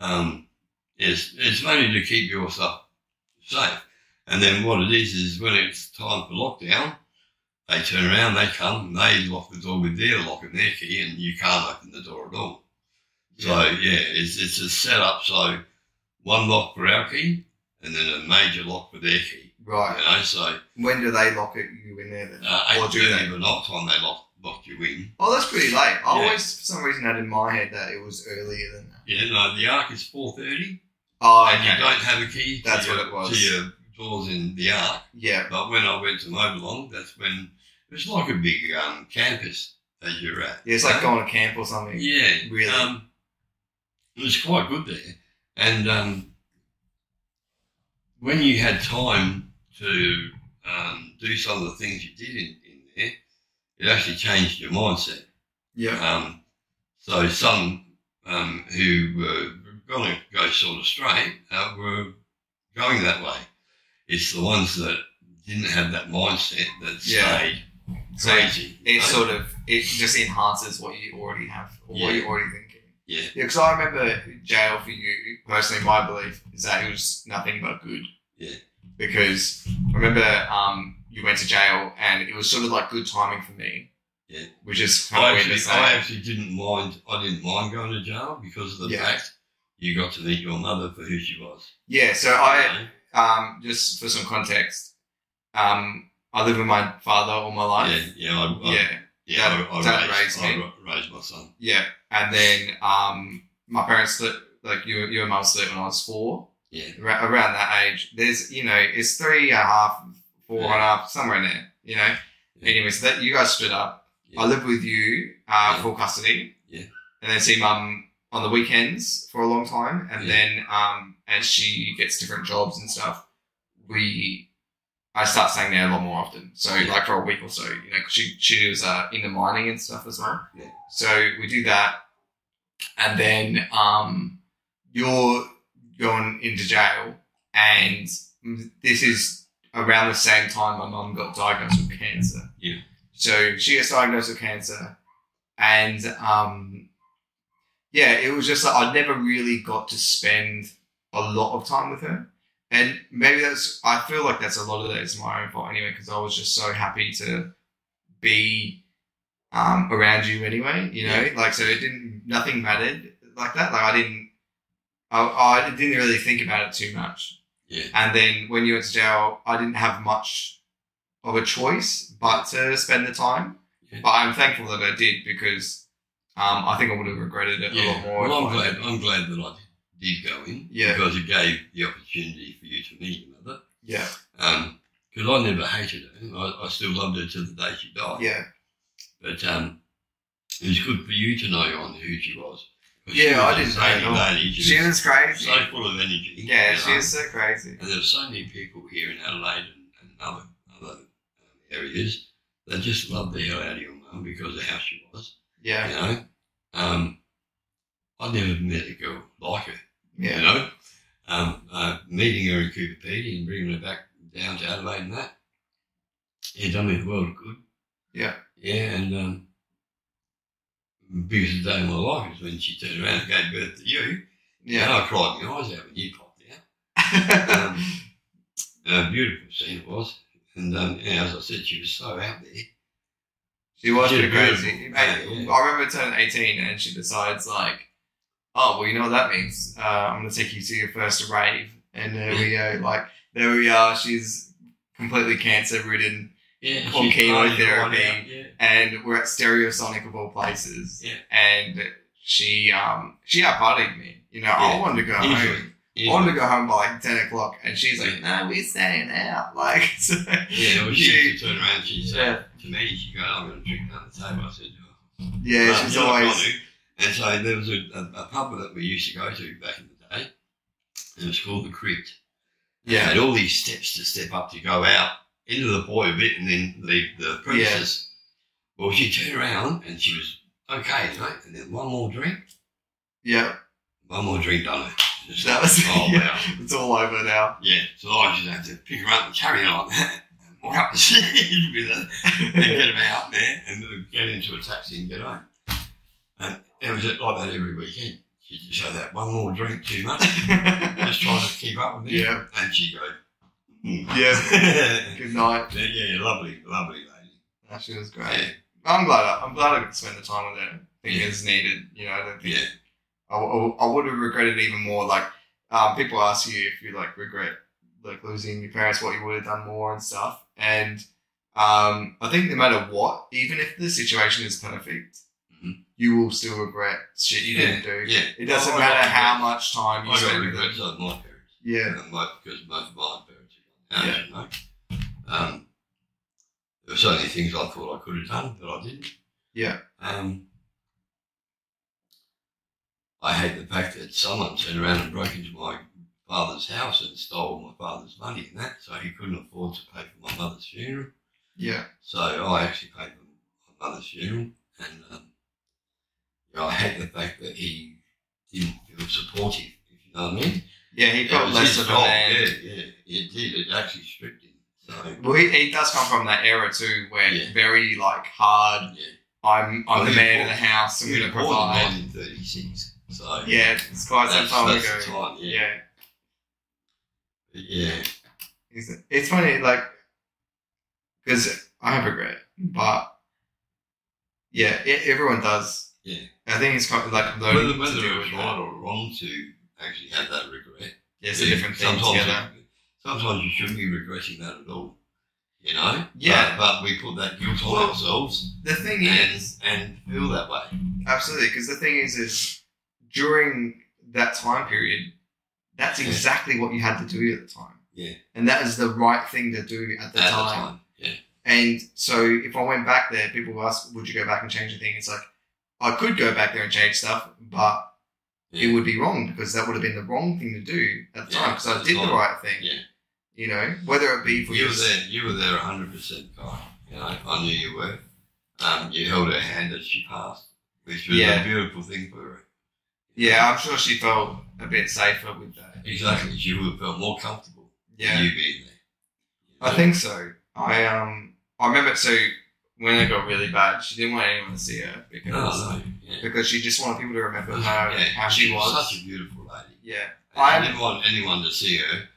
S2: Um, it's, it's mainly to keep your stuff safe. And then what it is is when it's time for lockdown, they turn around, they come, and they lock the door with their lock and their key, and you can't open the door at all. So yeah, it's it's a setup. So one lock for our key, and then a major lock for their key. You
S1: Right.
S2: know, so
S1: When do they lock it you in there then?
S2: uh,
S1: Or
S2: eight
S1: do
S2: thirty
S1: they?
S2: of the night time they lock lock you in.
S1: Oh, that's pretty late. I
S2: Yeah.
S1: always, for some reason, had in my head that it was earlier than that.
S2: Yeah, no, the arc is four thirty,
S1: Oh,
S2: and you don't have a key. to
S1: That's
S2: your-
S1: what it was.
S2: To your doors in the arc.
S1: yeah,
S2: But when I went to Mobilong, that's when it's like a big um, campus that you're at.
S1: yeah. It's
S2: Um,
S1: like going to camp or something.
S2: Yeah,
S1: Really?
S2: Um, it was quite good there, and um, when you had time to um, do some of the things you did in, in there, it actually changed your mindset.
S1: Yeah,
S2: Um, so some um, who were going to go sort of straight uh, were going that way. It's the ones that didn't have that mindset that
S1: Yeah.
S2: stayed Uh,
S1: so
S2: crazy. you
S1: it
S2: know?
S1: sort of it just enhances what you already have or what you're already thinking.
S2: Yeah.
S1: yeah. Because I remember jail for you personally. My belief is that it was nothing but good.
S2: Yeah.
S1: Because I remember um, you went to jail and it was sort of like good timing for me.
S2: Yeah.
S1: Which is kind
S2: I
S1: of weird to
S2: actually,
S1: say.
S2: I actually didn't mind. I didn't mind going to jail because of the
S1: Yeah.
S2: fact you got to meet your mother for who she was.
S1: yeah. So
S2: you
S1: I
S2: know?
S1: um, just for some context, um, I live with my father all my
S2: yeah,
S1: life.
S2: yeah, I, I, yeah,
S1: Yeah.
S2: I, I
S1: that
S2: raised,
S1: raised
S2: I
S1: me.
S2: ra- raised my son.
S1: Yeah. And then um, my parents split, like you, you and mum split when I was four,
S2: Yeah,
S1: ra- around that age. There's, you know, it's three and a half, four and a half, somewhere in there, you know?
S2: Yeah.
S1: Anyway, so that you guys split up.
S2: Yeah.
S1: I lived with you uh,
S2: Yeah.
S1: full custody.
S2: Yeah.
S1: And then see mum on the weekends for a long time. And
S2: Yeah.
S1: then um, as she gets different jobs and stuff, we I start staying there a lot more often. So
S2: Yeah.
S1: like for a week or so, you know, 'cause she she was uh, in the mining and stuff as well.
S2: Yeah.
S1: So we do that, and then um, you're going into jail, and this is around the same time my mum got diagnosed with cancer.
S2: Yeah.
S1: So she gets diagnosed with cancer, and um, yeah, it was just like I never really got to spend a lot of time with her. And maybe that's, I feel like that's a lot of that is my own fault anyway, because I was just so happy to be um, around you anyway, you know? Like, so it didn't, nothing mattered like that. Like, I didn't, I, I didn't really think about it too much.
S2: Yeah.
S1: And then when you went to jail, I didn't have much of a choice but to spend the time.
S2: Yeah.
S1: But I'm thankful that I did because um, I think I would have regretted it a lot more.
S2: Well, I'm
S1: if I
S2: glad,
S1: hadn't.
S2: I'm glad that I did go in
S1: Yeah.
S2: because it gave the opportunity for you to meet your mother.
S1: Yeah,
S2: Because I never hated her. I, I still loved her to the day she died.
S1: yeah,
S2: But um, it was good for you to know on who she was. 'Cause
S1: Yeah,
S2: she was
S1: I
S2: an
S1: didn't know at all.
S2: insane lady. She,
S1: she
S2: was
S1: was crazy.
S2: so full of energy.
S1: yeah,
S2: you
S1: she
S2: know.
S1: was so crazy.
S2: And there were so many people here in Adelaide and, and other, other um, areas that just loved the hell out of your mum because of how she was.
S1: Yeah,
S2: You know, um, I never met a girl like her. You
S1: yeah,
S2: know, um, uh, meeting her in Cooper Pedy and bringing her back down to Adelaide and that, it done me the world of good.
S1: Yeah.
S2: Yeah, and um, biggest day of my life is when she turned around and gave birth to you.
S1: yeah.
S2: And I cried my eyes out when you popped out. Um, a beautiful scene it was. And um, yeah, as I said, she was so out there.
S1: [LAUGHS] She was
S2: She
S1: pretty
S2: was
S1: crazy.
S2: beautiful.
S1: Mate,
S2: Yeah, yeah.
S1: I remember turning 18 and she decides, like, oh, well, you know what that means. Uh, I'm going to take you to your first rave. And there we go. Like, there we are. She's completely cancer ridden.
S2: Yeah,
S1: On
S2: she
S1: chemotherapy.
S2: cried her eyes out, Yeah.
S1: And we're at Stereosonic of all places.
S2: Yeah.
S1: And she, um, she outpartied me. You know, I
S2: Yeah.
S1: wanted to go
S2: Easily.
S1: home. I wanted to go home by like 10 o'clock. And she's like, no, we're staying out. [LAUGHS] Like, so
S2: Yeah, well, she,
S1: she-
S2: she turned around and she said,
S1: yeah,
S2: to me, she goes, I'm going to drink down the table. I said, "Oh,
S1: yeah,
S2: well,
S1: she's
S2: you're not
S1: always.
S2: going to." And so there was a, a, a pub that we used to go to back in the day, and it was called The Crypt. And
S1: Yeah.
S2: It had all these steps to step up to go out into the boy a bit and then leave the premises. Well, she turned around and she was, okay, mate. And then one more drink,
S1: Yeah,
S2: one more drink done her. Just-
S1: That was-
S2: oh,
S1: [LAUGHS] yeah.
S2: wow.
S1: it's all over now. [LAUGHS]
S2: Yeah. So I just had to pick her up and carry her like that. [LAUGHS] and Walk up the stairs with her. and get them out there and get into a taxi and get home. And it was like that every weekend. She'd just have that one more drink too much, [LAUGHS] just trying to keep up with it.
S1: Yeah.
S2: And she'd go,
S1: [LAUGHS]
S2: "Hmm."
S1: Yeah. Good night.
S2: yeah, yeah, lovely, lovely lady.
S1: No, she was great.
S2: Yeah,
S1: I'm glad. I, am glad I could spend the time with her. I think
S2: Yeah.
S1: it's needed. You know, I don't think
S2: yeah.
S1: I, I, I would have regretted even more. Like, um, people ask you if you like regret like losing your parents, what you would have done more and stuff. And um, I think no matter what, even if the situation is perfect,
S2: Mhm.
S1: you will still regret shit you didn't do.
S2: yeah. Oh,
S1: It doesn't
S2: I got
S1: matter how
S2: regrets.
S1: much time you
S2: I got
S1: spend with them.
S2: regrets of my parents.
S1: Yeah,
S2: And my, because both of my parents are gone now, you know. Um, there were so many things I thought I could have done, but I didn't.
S1: Yeah.
S2: Um, I hate the fact that someone turned around and broke into my father's house and stole my father's money and that, so he couldn't afford to pay for my mother's funeral.
S1: yeah,
S2: So I actually paid for my mother's funeral, and um, you know, I hate the fact that he didn't feel supportive. If you know what I mean?
S1: yeah. He
S2: It
S1: felt
S2: was
S1: less
S2: his
S1: of a
S2: fault,
S1: man.
S2: Yeah, yeah, it did. It actually stripped him. So
S1: Well, he, he does come from that era too, where
S2: Yeah.
S1: very like hard.
S2: yeah,
S1: I'm
S2: Well,
S1: I'm the
S2: he
S1: man of
S2: was
S1: the house. I'm
S2: he
S1: going to
S2: was born in
S1: provide.
S2: 1936. So
S1: Yeah, it's quite some
S2: that's,
S1: time
S2: that's
S1: ago.
S2: the time. Yeah,
S1: Yeah,
S2: yeah,
S1: It's, it's funny, like, because I have regret, but yeah, it, everyone does.
S2: Yeah.
S1: I think it's kind of like learning
S2: Whether, whether
S1: to
S2: it
S1: deal
S2: was
S1: with that.
S2: right or wrong to actually have that regret.
S1: Yeah, it's a different thing
S2: sometimes
S1: together.
S2: You, sometimes you shouldn't be regretting that at all. You know.
S1: Yeah.
S2: But, but we put that guilt on
S1: Well,
S2: ourselves.
S1: The thing
S2: and
S1: is,
S2: and feel that way.
S1: absolutely, because the thing is, is during that time period, that's
S2: Yeah.
S1: exactly what you had to do at the time.
S2: Yeah.
S1: and that is the right thing to do at the
S2: At
S1: time.
S2: the time, yeah,
S1: And so if I went back there, people would ask, would you go back and change anything? It's like, I could go back there and change stuff, but
S2: yeah,
S1: it would be wrong because that would have been the wrong thing to do at the
S2: Yeah,
S1: time because I
S2: that's
S1: did the
S2: fine.
S1: right thing.
S2: Yeah.
S1: You know, whether it be for
S2: you were
S1: your-
S2: there. You were there, hundred percent, Kyle. You know, I knew you were. Um, you held her hand as she passed, which was
S1: Yeah.
S2: a beautiful thing for her.
S1: Yeah, I'm sure she felt a bit safer with that.
S2: exactly. She would have felt more comfortable. with
S1: Yeah.
S2: you being there.
S1: I think so. I um I remember so when it got really bad, she didn't want anyone to see her
S2: No,
S1: because
S2: Oh, no, yeah.
S1: because she just wanted people to remember her
S2: yeah.
S1: how she was.
S2: Such a beautiful lady.
S1: Yeah.
S2: And I
S1: I'm-
S2: didn't want anyone to see her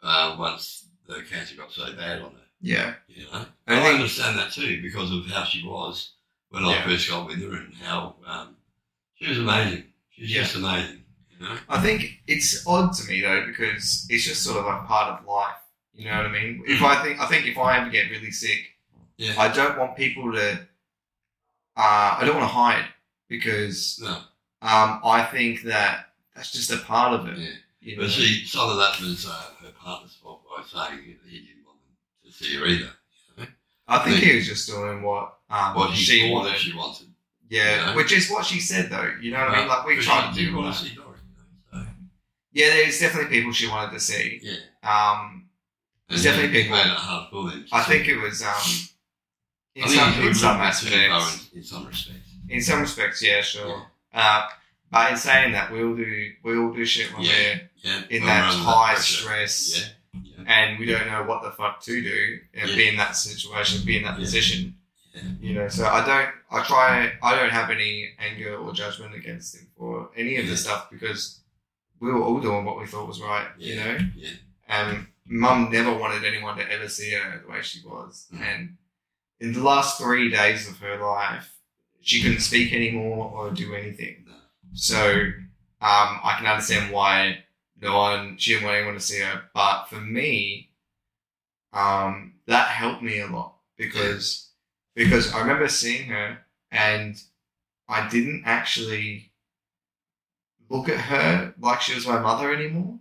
S2: uh, once the cancer got so bad on her.
S1: Yeah.
S2: You know,
S1: I
S2: and I
S1: think-
S2: understand that too because of how she was when I
S1: Yeah.
S2: first got with her and how um, she was amazing. She was
S1: Yeah.
S2: just amazing. know?
S1: I think it's odd to me though because it's just sort of like part of life. You know what I mean?
S2: Hmm.
S1: If I think I think if I ever get really sick,
S2: Yeah.
S1: I don't want people to. Uh, I don't want to hide because
S2: No.
S1: um, I think that that's just a part of it.
S2: Yeah.
S1: you know?
S2: But see, some of that was uh, her partner's fault by saying that he didn't want them to see her either.
S1: I think he was just doing what um,
S2: What he
S1: she
S2: thought that
S1: wanted.
S2: she wanted.
S1: yeah,
S2: Yeah.
S1: which is what she said though. You know what I mean? Like we
S2: But
S1: tried
S2: she
S1: to
S2: did
S1: do all
S2: want
S1: that.
S2: to see Dory, you know, so,
S1: Yeah, there's definitely people she wanted to see.
S2: yeah.
S1: Um, It's
S2: And
S1: definitely
S2: it
S1: big.
S2: made it hard for them. to
S1: I
S2: see.
S1: think it was um, in
S2: I think
S1: some
S2: it
S1: in
S2: was
S1: some
S2: a bit too
S1: aspects.
S2: far in- In some respects.
S1: In some respects, yeah, sure. Uh, but in saying that, we all do we all do shit when
S2: Yeah, Yeah.
S1: we're in
S2: when we're
S1: that
S2: under
S1: high
S2: pressure.
S1: stress,
S2: Yeah. Yeah.
S1: and we don't know what the fuck to do, and
S2: Yeah.
S1: be in that situation, be in that
S2: Yeah.
S1: position.
S2: Yeah.
S1: You know, so I don't. I try. I don't have any anger or judgment against him for any of the
S2: Yeah.
S1: stuff because we were all doing what we thought was right. You
S2: Yeah.
S1: know.
S2: Yeah.
S1: Um, Mum never wanted anyone to ever see her the way she was.
S2: Mm.
S1: And in the last three days of her life, she couldn't speak anymore or do anything.
S2: No.
S1: So um, I can understand why no one, she didn't want anyone to see her. But for me, um, that helped me a lot because because I remember seeing her and I didn't actually look at her like she was my mother anymore.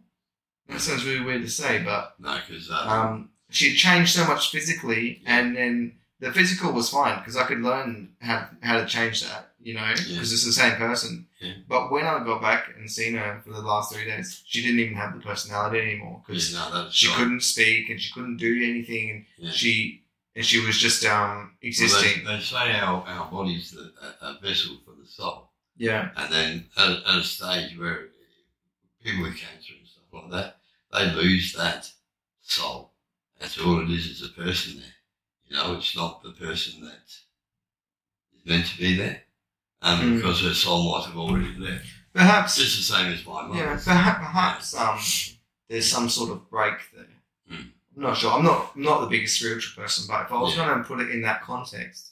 S1: That sounds really weird to say, but
S2: No, because uh,
S1: um, she had changed so much physically, and then the physical was fine because I could learn how, how to change that, you know, because
S2: Yeah.
S1: it's the same person.
S2: Yeah.
S1: But when I got back and seen her for the last three days, she didn't even have the personality anymore because
S2: yeah, no, that's
S1: she
S2: right.
S1: couldn't speak and she couldn't do anything, and
S2: Yeah.
S1: she and she was just um
S2: Well, they-
S1: existing.
S2: they, say our, our body's the, a, a vessel for the soul.
S1: yeah,
S2: And then at, at a stage where people with cancer and stuff like that, they lose that soul. That's all it is, it's a person there. You know, it's not the person that is meant to be there. Um,
S1: Mm.
S2: Because her soul might have already left. It's
S1: perhaps
S2: just the same as my mum.
S1: Yeah, perhaps, perhaps um, there's some sort of break there.
S2: Hmm.
S1: I'm not sure. I'm not I'm not the biggest spiritual person, but if I was
S2: Yeah.
S1: going to put it in that context,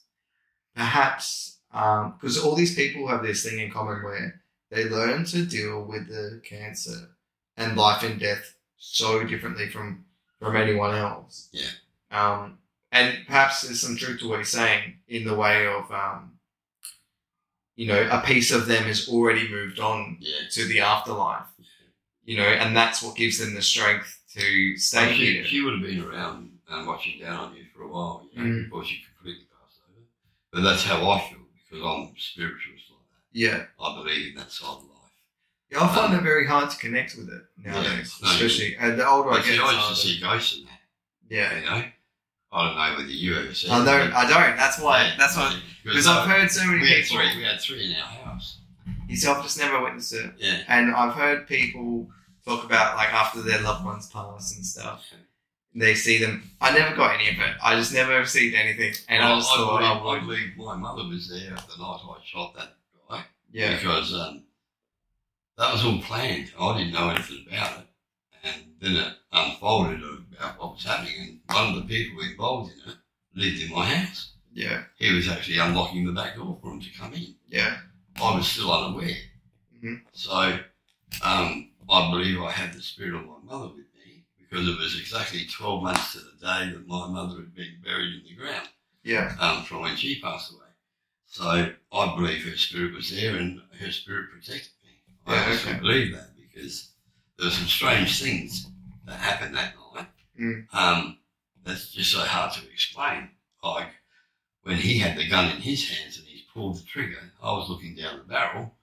S1: perhaps because all these people have this thing in common where they learn to deal with the cancer and life and death so differently from from anyone else.
S2: Yeah.
S1: Um, and perhaps there's some truth to what he's saying in the way of um, you know, a piece of them has already moved on
S2: Yeah.
S1: to the afterlife. You know, and that's what gives them the strength to stay
S2: Well, she,
S1: here.
S2: she would have been around and watching down on you for a while, you know,
S1: Mm.
S2: before she completely passed over. But that's how I feel because I'm spiritualist like
S1: yeah.
S2: that. I believe in that side of life.
S1: yeah, I find it very hard to connect with it nowadays,
S2: Um, Yeah, no,
S1: especially and the older I
S2: Like,
S1: get.
S2: see,
S1: it's
S2: I used to
S1: harder.
S2: see ghosts in that,
S1: yeah,
S2: you know. I don't know whether you ever seen
S1: I
S2: them,
S1: don't. I don't. That's why. That's why. Because I've
S2: uh,
S1: heard so many
S2: we had
S1: people.
S2: three. We had three in our house.
S1: Yourself just never witnessed it,
S2: Yeah.
S1: and I've heard people talk about like after their loved ones pass and stuff. They see them. I never got any of it. I just never received anything, and I
S2: Well,
S1: just thought,
S2: I, believe,
S1: oh,
S2: I believe my mother was there the night I shot that guy.
S1: yeah,
S2: because um, that was all planned. I didn't know anything about it, and then it unfolded about what was happening. And one of the people involved in it lived in my house.
S1: yeah,
S2: He was actually unlocking the back door for him to come in.
S1: yeah,
S2: I was still unaware,
S1: Mhm.
S2: so um, I believe I had the spirit of my mother with me because it was exactly twelve months to the day that my mother had been buried in the ground
S1: yeah,
S2: um, from when she passed away. So I believe her spirit was there and her spirit protected me. I
S1: Yeah,
S2: actually
S1: okay.
S2: believe that because there were some strange things that happened that night.
S1: Mm.
S2: Um, that's just so hard to explain. Like when he had the gun in his hands and he pulled the trigger, I was looking down the barrel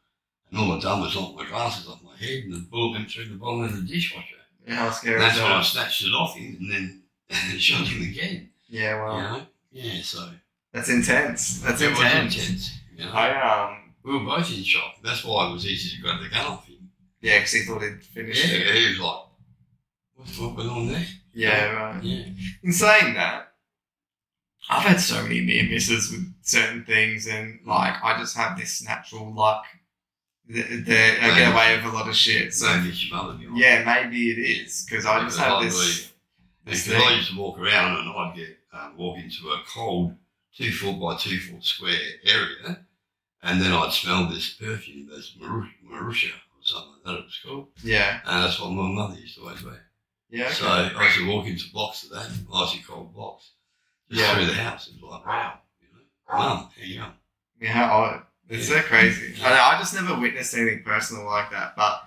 S2: and all I done was knock my glasses off my head and the bullet went through the bottom of the dishwasher.
S1: yeah. How scary
S2: And
S1: is
S2: that's when I
S1: that?
S2: snatched it off him and then [LAUGHS] shot him again.
S1: Yeah,
S2: You
S1: well.
S2: know? Yeah, so
S1: That's intense. That's
S2: it was
S1: intense.
S2: intense, you know.
S1: I um
S2: we were both in shock. That's why it was easy to grab the gun off him.
S1: yeah, because he thought he'd finish it.
S2: Yeah, he was like, "What's what went on there?"
S1: Yeah, right.
S2: Yeah,
S1: In saying that, I've had so many near misses with certain things, and like I just have this natural luck that, that I get away with a lot of shit.
S2: so
S1: So
S2: it's your mother. behind.
S1: yeah, maybe it is because I just have this. this
S2: Because I
S1: thing.
S2: used to walk around and I'd get um, walk into a cold two foot by two foot square area, and then I'd smell this perfume, this Maru- Marusha or something like that at school.
S1: Yeah.
S2: And that's what my mother used to always wear.
S1: Yeah.
S2: So I used to walk into blocks of that, icy cold blocks, just
S1: Yeah.
S2: through the house. It was like, wow, you know, mum, how you going?
S1: Yeah, how odd. It's so crazy. I, know, I just never witnessed anything personal like that, but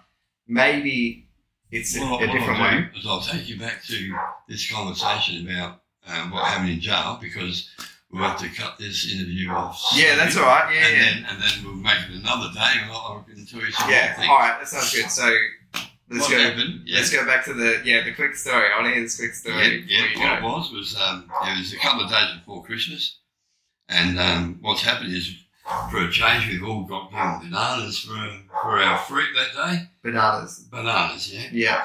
S1: maybe it's a,
S2: Well,
S1: a different
S2: I'll do
S1: way.
S2: Is I'll take you back to this conversation about um, what happened in jail because we'll have to cut this interview off.
S1: Yeah, that's all right. Yeah,
S2: and
S1: yeah.
S2: Then, and then we'll make it another day and I'll, I can tell you some
S1: yeah.
S2: more things.
S1: All right, that sounds good. So let's
S2: what
S1: go.
S2: happened? Yeah.
S1: Let's go back to the yeah the quick story. I want to hear this quick story.
S2: Yeah,
S1: before you
S2: yeah. What it
S1: go.
S2: was was um, it was a couple of days before Christmas, and um, what's happened is for a change we've all got bananas for um, for our fruit that day.
S1: Bananas.
S2: Bananas, yeah.
S1: Yeah.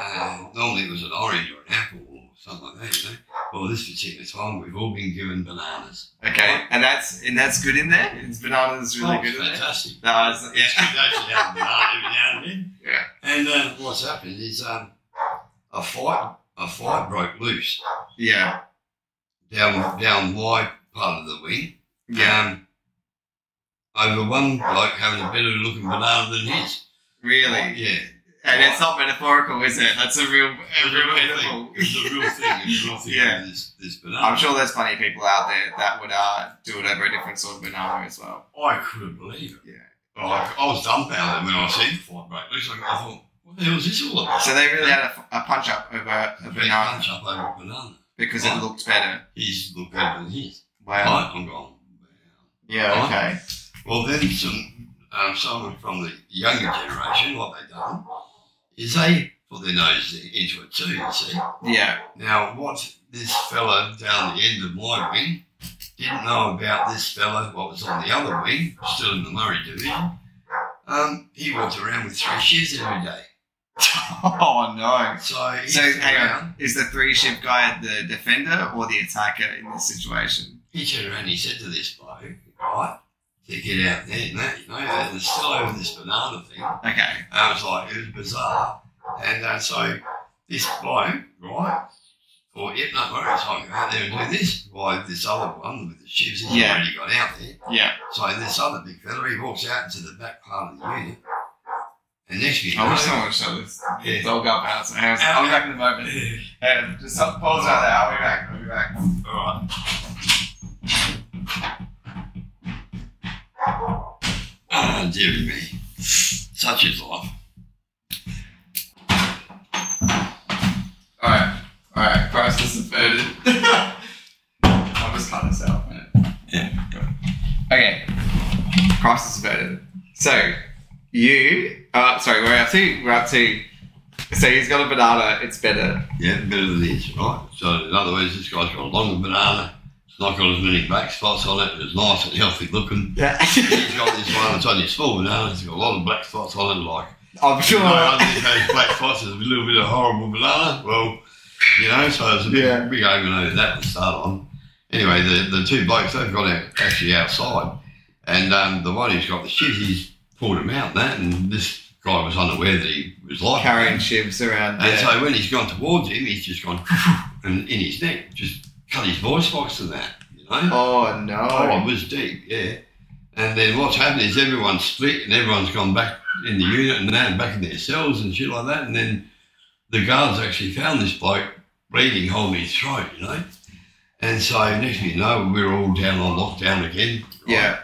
S2: Uh, normally it was an orange or an apple or something like that, you know. Well, this particular time we've all been given bananas.
S1: Okay. And that's and that's good in there. It's bananas really
S2: Oh,
S1: good in there.
S2: fantastic.
S1: No, it's,
S2: It's
S1: yeah.
S2: good to actually have a banana every now and then.
S1: Yeah.
S2: And uh, what's happened is um, a fight a fight broke loose
S1: Yeah.
S2: down down my part of the wing.
S1: Yeah.
S2: um, over one bloke having a better looking banana than his.
S1: Really.
S2: Yeah.
S1: And it's not metaphorical, is it? That's a real,
S2: It
S1: a
S2: was
S1: real
S2: thing.
S1: animal.
S2: It was a real thing. It was a real
S1: [LAUGHS]
S2: thing.
S1: Yeah.
S2: This, this banana.
S1: I'm sure there's plenty of people out there that would uh, do it over a different sort of banana as well.
S2: I couldn't believe it.
S1: Yeah.
S2: Well, I, I was dumbfounded when I seen the fight break loose. I thought, what the hell is this all about?
S1: So they really had a, a punch up over a
S2: Big
S1: banana
S2: punch up over a banana.
S1: because it looked better.
S2: He's looked better than his.
S1: Wow.
S2: Right? I'm gone.
S1: Yeah. Okay.
S2: Well, then some um, someone from the younger generation, what they done is they put their nose into it too. You see.
S1: Yeah.
S2: Now, what this fella down the end of my wing didn't know about this fella, what was on the other wing, still in the Murray division, um, he walked around with three shifts every day.
S1: Oh no.
S2: So, he
S1: So
S2: turned
S1: hang
S2: around-
S1: on. Is the three ship guy the defender or the attacker in this situation?
S2: he turned around and he said to this bloke, right, to get out there and that, you know, and it's still over this banana thing.
S1: Okay.
S2: And I was like, it was bizarre. And uh, so this bloke, right, thought, yep, no worries, I can go out there and do this. Why this other one with the shivs he's
S1: Yeah.
S2: already got out there.
S1: Yeah.
S2: So this other big fella, he walks out into the back part of the unit. And next thing you
S1: I
S2: know,
S1: wish someone would show this.
S2: Yeah.
S1: It's all gone out. So hang on. I'll be back in a moment.
S2: [LAUGHS]
S1: Hey, just stop- pause out there. I'll be back. I'll be back.
S2: all right. Ah, dearie me. Such is life.
S1: All right. All right. Crisis averted. [LAUGHS] I'll just cut this out. man.
S2: Yeah.
S1: Okay. Crisis averted. So you. Uh, sorry. We're up to. We're up to. So he's got a banana. It's better.
S2: Yeah, better than this, right? So in other words, this guy's got a longer banana. It's not got as many black spots on it. It's nice and healthy looking.
S1: Yeah. [LAUGHS]
S2: He's got this one that's only a small banana. It's got a lot of black spots on it, like
S1: I'm sure.
S2: You know, underneath those black spots is a little bit of horrible banana. Well, you know, so it's a big,
S1: Yeah.
S2: big argument over that to start on. Anyway, the, the two blokes they've got out actually outside, and um, the one who's got the shit, he's pulled him out and that, and this guy was unaware that he was like
S1: [LAUGHS]
S2: that.
S1: Carrying shivs around.
S2: And
S1: there.
S2: so when he's gone towards him, he's just gone [LAUGHS] and in his neck, just cut his voice box to that, you know.
S1: Oh no.
S2: Oh, it was deep, yeah. And then what's happened is everyone's split and everyone's gone back in the unit and then back in their cells and shit like that. And then the guards actually found this bloke breathing, holding his throat, you know. And so next thing you know, we were all down on lockdown again. right?
S1: Yeah.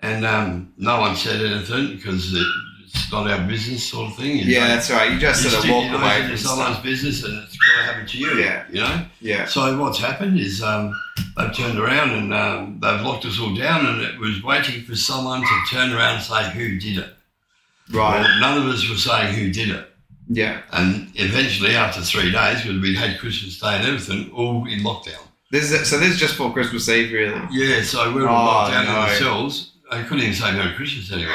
S2: And um, no one said anything because it, it's not our business sort of thing. you
S1: Yeah,
S2: know.
S1: that's right. You just
S2: You
S1: sort of
S2: stick
S1: walked
S2: your nose
S1: away
S2: into
S1: from
S2: someone's
S1: stuff.
S2: business and it's got to happen to you.
S1: Yeah.
S2: You know.
S1: Yeah.
S2: So what's happened is um, they've turned around and um, they've locked us all down, and it was waiting for someone to turn around and say who did it.
S1: Right.
S2: Well, none of us were saying who did it.
S1: Yeah.
S2: And eventually, after three days, because we'd had Christmas Day and everything, all in lockdown.
S1: This is so. This is just for Christmas Eve, really.
S2: Yeah, so we were
S1: Oh,
S2: locked down in
S1: no.
S2: ourselves. I couldn't even say Merry Christmas anyway.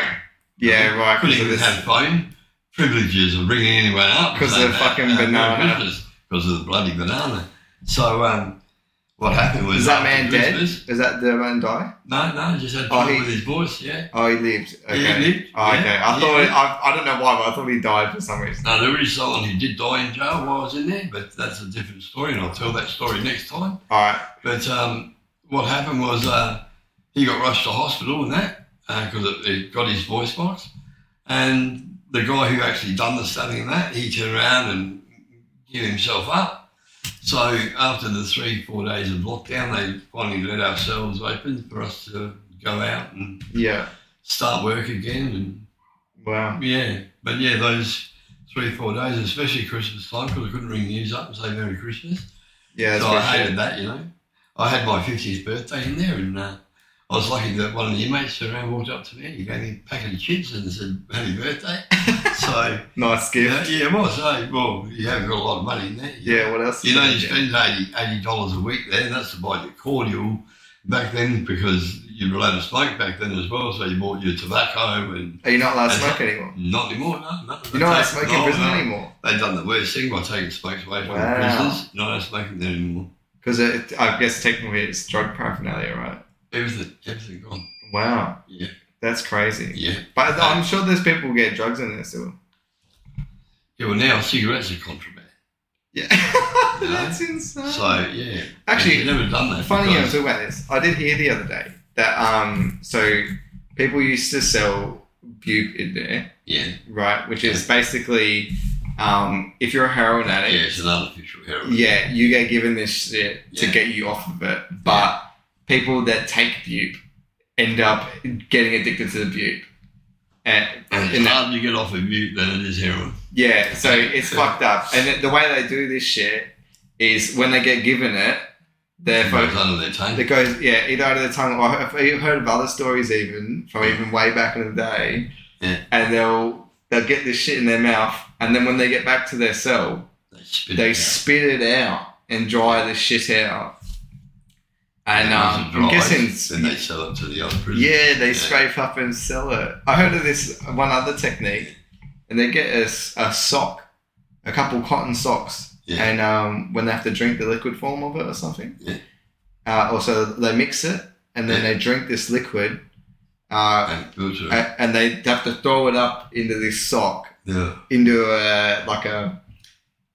S1: Yeah. Right.
S2: I
S1: Because
S2: couldn't
S1: of
S2: even
S1: this.
S2: have phone privileges of ringing anyone up. and
S1: 'Cause of
S2: saying,
S1: the fucking
S2: "Merry
S1: banana."
S2: Christmas," Because of the bloody banana. So um, what happened was
S1: Is that
S2: after
S1: man dead?
S2: Christmas-
S1: Is that the man die?
S2: No, no, he just had
S1: Oh,
S2: trouble
S1: he-
S2: with his voice. Yeah.
S1: Oh, he lived. Okay.
S2: Yeah, he lived.
S1: Oh,
S2: yeah.
S1: okay. I
S2: yeah.
S1: thought. I, I don't know why, but I thought he died for some reason.
S2: No, there is someone who did die in jail while I was in there, but that's a different story, and I'll tell that story next time.
S1: All right.
S2: But um, what happened was uh, he got rushed to hospital and that because it, it got his voice box, and the guy who actually done the study and that, he turned around and gave himself up. So after the three, four days of lockdown, they finally let ourselves open for us to go out and
S1: Yeah.
S2: start work again.
S1: Wow.
S2: And yeah, but yeah, those three, four days, especially Christmas time, because I couldn't ring news up and say Merry Christmas.
S1: Yeah.
S2: So I
S1: That's
S2: hated
S1: good.
S2: that, you know. I had my 50th birthday in there, and uh, I was lucky that one of the inmates turned around, walked up to me, and he gave me a packet of chips and said, Happy
S1: [LAUGHS]
S2: birthday. so,
S1: Nice
S2: you
S1: gift.
S2: know, yeah, it was. eh? well, you haven't got a lot of money in there.
S1: Yeah. What else?
S2: You know, you spend 80 $80 a week there, and that's to buy your cordial back then because you were allowed to smoke back then as well, so you bought your tobacco and
S1: Are you not allowed to
S2: That's-
S1: smoke anymore?
S2: not anymore, no, no.
S1: You're not allowed to
S2: They-
S1: smoke
S2: no,
S1: in prison
S2: no.
S1: anymore
S2: They've done the worst thing by taking smokes away from
S1: Wow.
S2: the prisoners. Not allowed to smoke in there anymore.
S1: because I guess technically it's drug paraphernalia, right?
S2: Everything, everything gone.
S1: Wow.
S2: Yeah.
S1: That's crazy.
S2: Yeah.
S1: But I'm sure there's people who get drugs in there still.
S2: Yeah, well, now cigarettes are contraband.
S1: Yeah. [LAUGHS]
S2: You know?
S1: That's insane.
S2: So, yeah.
S1: Ah. Actually,
S2: We've never done that.
S1: Funny you
S2: because-
S1: talk about this. I did hear the other day that um so people used to sell buke in there,
S2: Yeah,
S1: right? Which is basically um if you're a heroin
S2: yeah,
S1: addict,
S2: it's an artificial heroin.
S1: yeah, you get given this shit to
S2: Yeah.
S1: get you off of it. But people that take buke end up getting addicted to the buke. And,
S2: And
S1: and
S2: it's harder to get off of mute than it is heroin.
S1: yeah, so it's fucked up. And the- the way they do this shit is when they get given it, they're
S2: It
S1: fo-
S2: goes under their tongue.
S1: that goes, yeah, either out of the tongue. Or I've I've heard of other stories even from even way back in the day,
S2: Yeah.
S1: and they'll they'll get this shit in their mouth, and then when they get back to their cell,
S2: they spit
S1: they
S2: it out.
S1: spit it out and dry this shit out. And
S2: Once
S1: um,
S2: it
S1: I'm
S2: dries,
S1: guessing,
S2: Then they sell it to the other prisoners.
S1: yeah, they scrape up and sell it. I heard of this one other technique, and they get a, s- a sock, a couple cotton socks,
S2: Yeah.
S1: and um, when they have to drink the liquid form of it or something.
S2: Yeah.
S1: Uh, also, they mix it and then
S2: Yeah.
S1: they drink this liquid, uh,
S2: And filter it.
S1: a- and they have to throw it up into this sock
S2: Yeah.
S1: into a like a,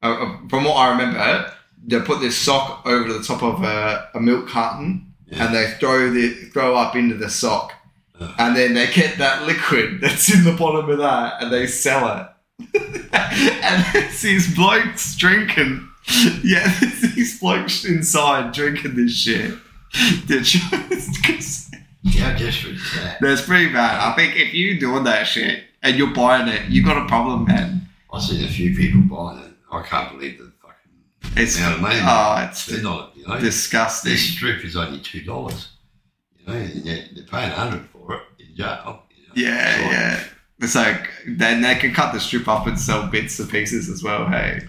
S1: a, a- from what I remember, they put this sock over the top of a, a milk carton
S2: Yeah.
S1: and they throw the throw up into the sock.
S2: Ugh.
S1: And then they get that liquid that's in the bottom of that and they sell it. [LAUGHS] and there's these blokes drinking. Yeah, [LAUGHS] there's these blokes inside drinking this shit. They're just- 'cause-
S2: How desperate is that?
S1: That's pretty bad. I think if you doing that shit and you're buying it, you got a problem, man.
S2: I've seen a few people buying it. I can't believe the fucking
S1: It's
S2: amount of money.
S1: Oh, it's
S2: They're not, you know.
S1: disgusting.
S2: This strip is only two dollars. You know, and yet they're paying a hundred for it in jail. you know.
S1: Yeah,
S2: Sure.
S1: yeah. It's like then they can cut the strip up and sell bits and pieces as well. Hey,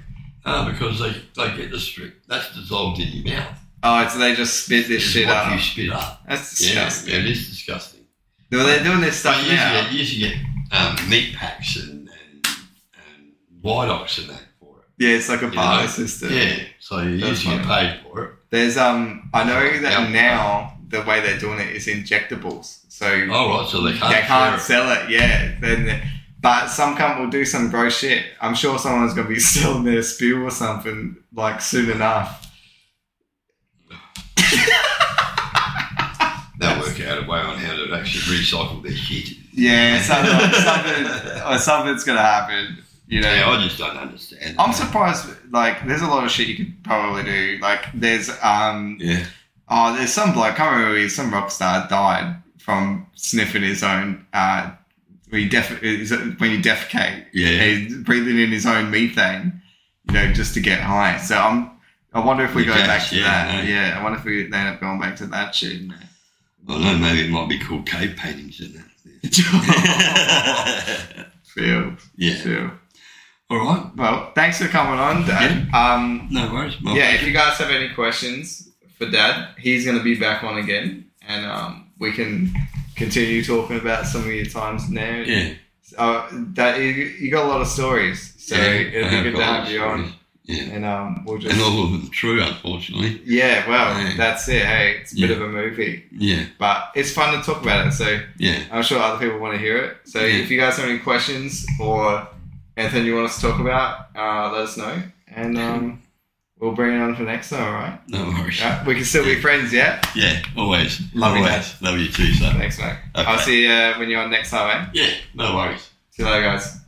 S2: Ah, because they, they get the strip. That's dissolved in your mouth.
S1: oh, so they just spit this
S2: It's
S1: shit
S2: what
S1: up.
S2: you spit up.
S1: That's
S2: Yeah,
S1: disgusting.
S2: it is disgusting.
S1: Well, they're doing this
S2: But
S1: stuff
S2: you
S1: now.
S2: used to get, you used to get um, meat packs and, and, and white ox and that for it.
S1: Yeah, it's like a
S2: You
S1: barter
S2: know,
S1: system.
S2: Yeah, so you
S1: That's
S2: used to get
S1: fine.
S2: paid for it.
S1: There's um, I know that
S2: Yeah.
S1: now the way they're doing it is injectables. So
S2: All right, Oh, so they can't.
S1: they can't
S2: share
S1: sell it. Yeah, then. But some company will do some gross shit. I'm sure someone's gonna be [LAUGHS] selling their spew or something like soon enough.
S2: it. They'll work out a way on how to actually recycle their shit.
S1: Yeah, something, something or something's gonna happen. You know,
S2: Yeah, I just don't understand.
S1: I'm
S2: that.
S1: surprised. Like, there's a lot of shit you could probably do. Like, there's um,
S2: Yeah,
S1: oh, there's some bloke. I can't remember who he is, some rock star died from sniffing his own. Uh, when you def- is it when you defecate,
S2: yeah.
S1: he's breathing in his own methane. You know, just to get high. So I'm. I wonder if we
S2: You
S1: go
S2: guys,
S1: back to
S2: yeah,
S1: that.
S2: no.
S1: Yeah, I wonder if we end up going back to that shit. man.
S2: I don't know, maybe it might be called cave paintings in
S1: [LAUGHS] Phil,
S2: that. [LAUGHS] yeah.
S1: Phil.
S2: All right.
S1: Well, thanks for coming on, Dad. Um,
S2: No worries. My
S1: yeah, if you guys have any questions for Dad, he's going to be back on again, and um, we can continue talking about some of your times now.
S2: pleasure. Yeah.
S1: Uh, Dad, you, you got a lot of stories, so
S2: yeah,
S1: it'll
S2: I
S1: be good to
S2: got
S1: have you on.
S2: stories. Yeah.
S1: And um, we'll just
S2: And all of them true, unfortunately.
S1: yeah, well,
S2: Yeah.
S1: that's it. Hey, it's a bit
S2: Yeah.
S1: of a movie,
S2: Yeah.
S1: but it's fun to talk about it. So
S2: Yeah.
S1: I'm sure other people want to hear it. So
S2: Yeah.
S1: if you guys have any questions or anything you want us to talk about, uh, let us know, and um, we'll bring it on for next time. All right.
S2: No worries. Yeah.
S1: Yeah, we can still be friends, yeah?
S2: always.
S1: Love you,
S2: always. Love you too, sir.
S1: Thanks, mate. I'll
S2: Okay.
S1: see you uh, when you're on next time, eh?
S2: Yeah. No worries.
S1: See you later, guys.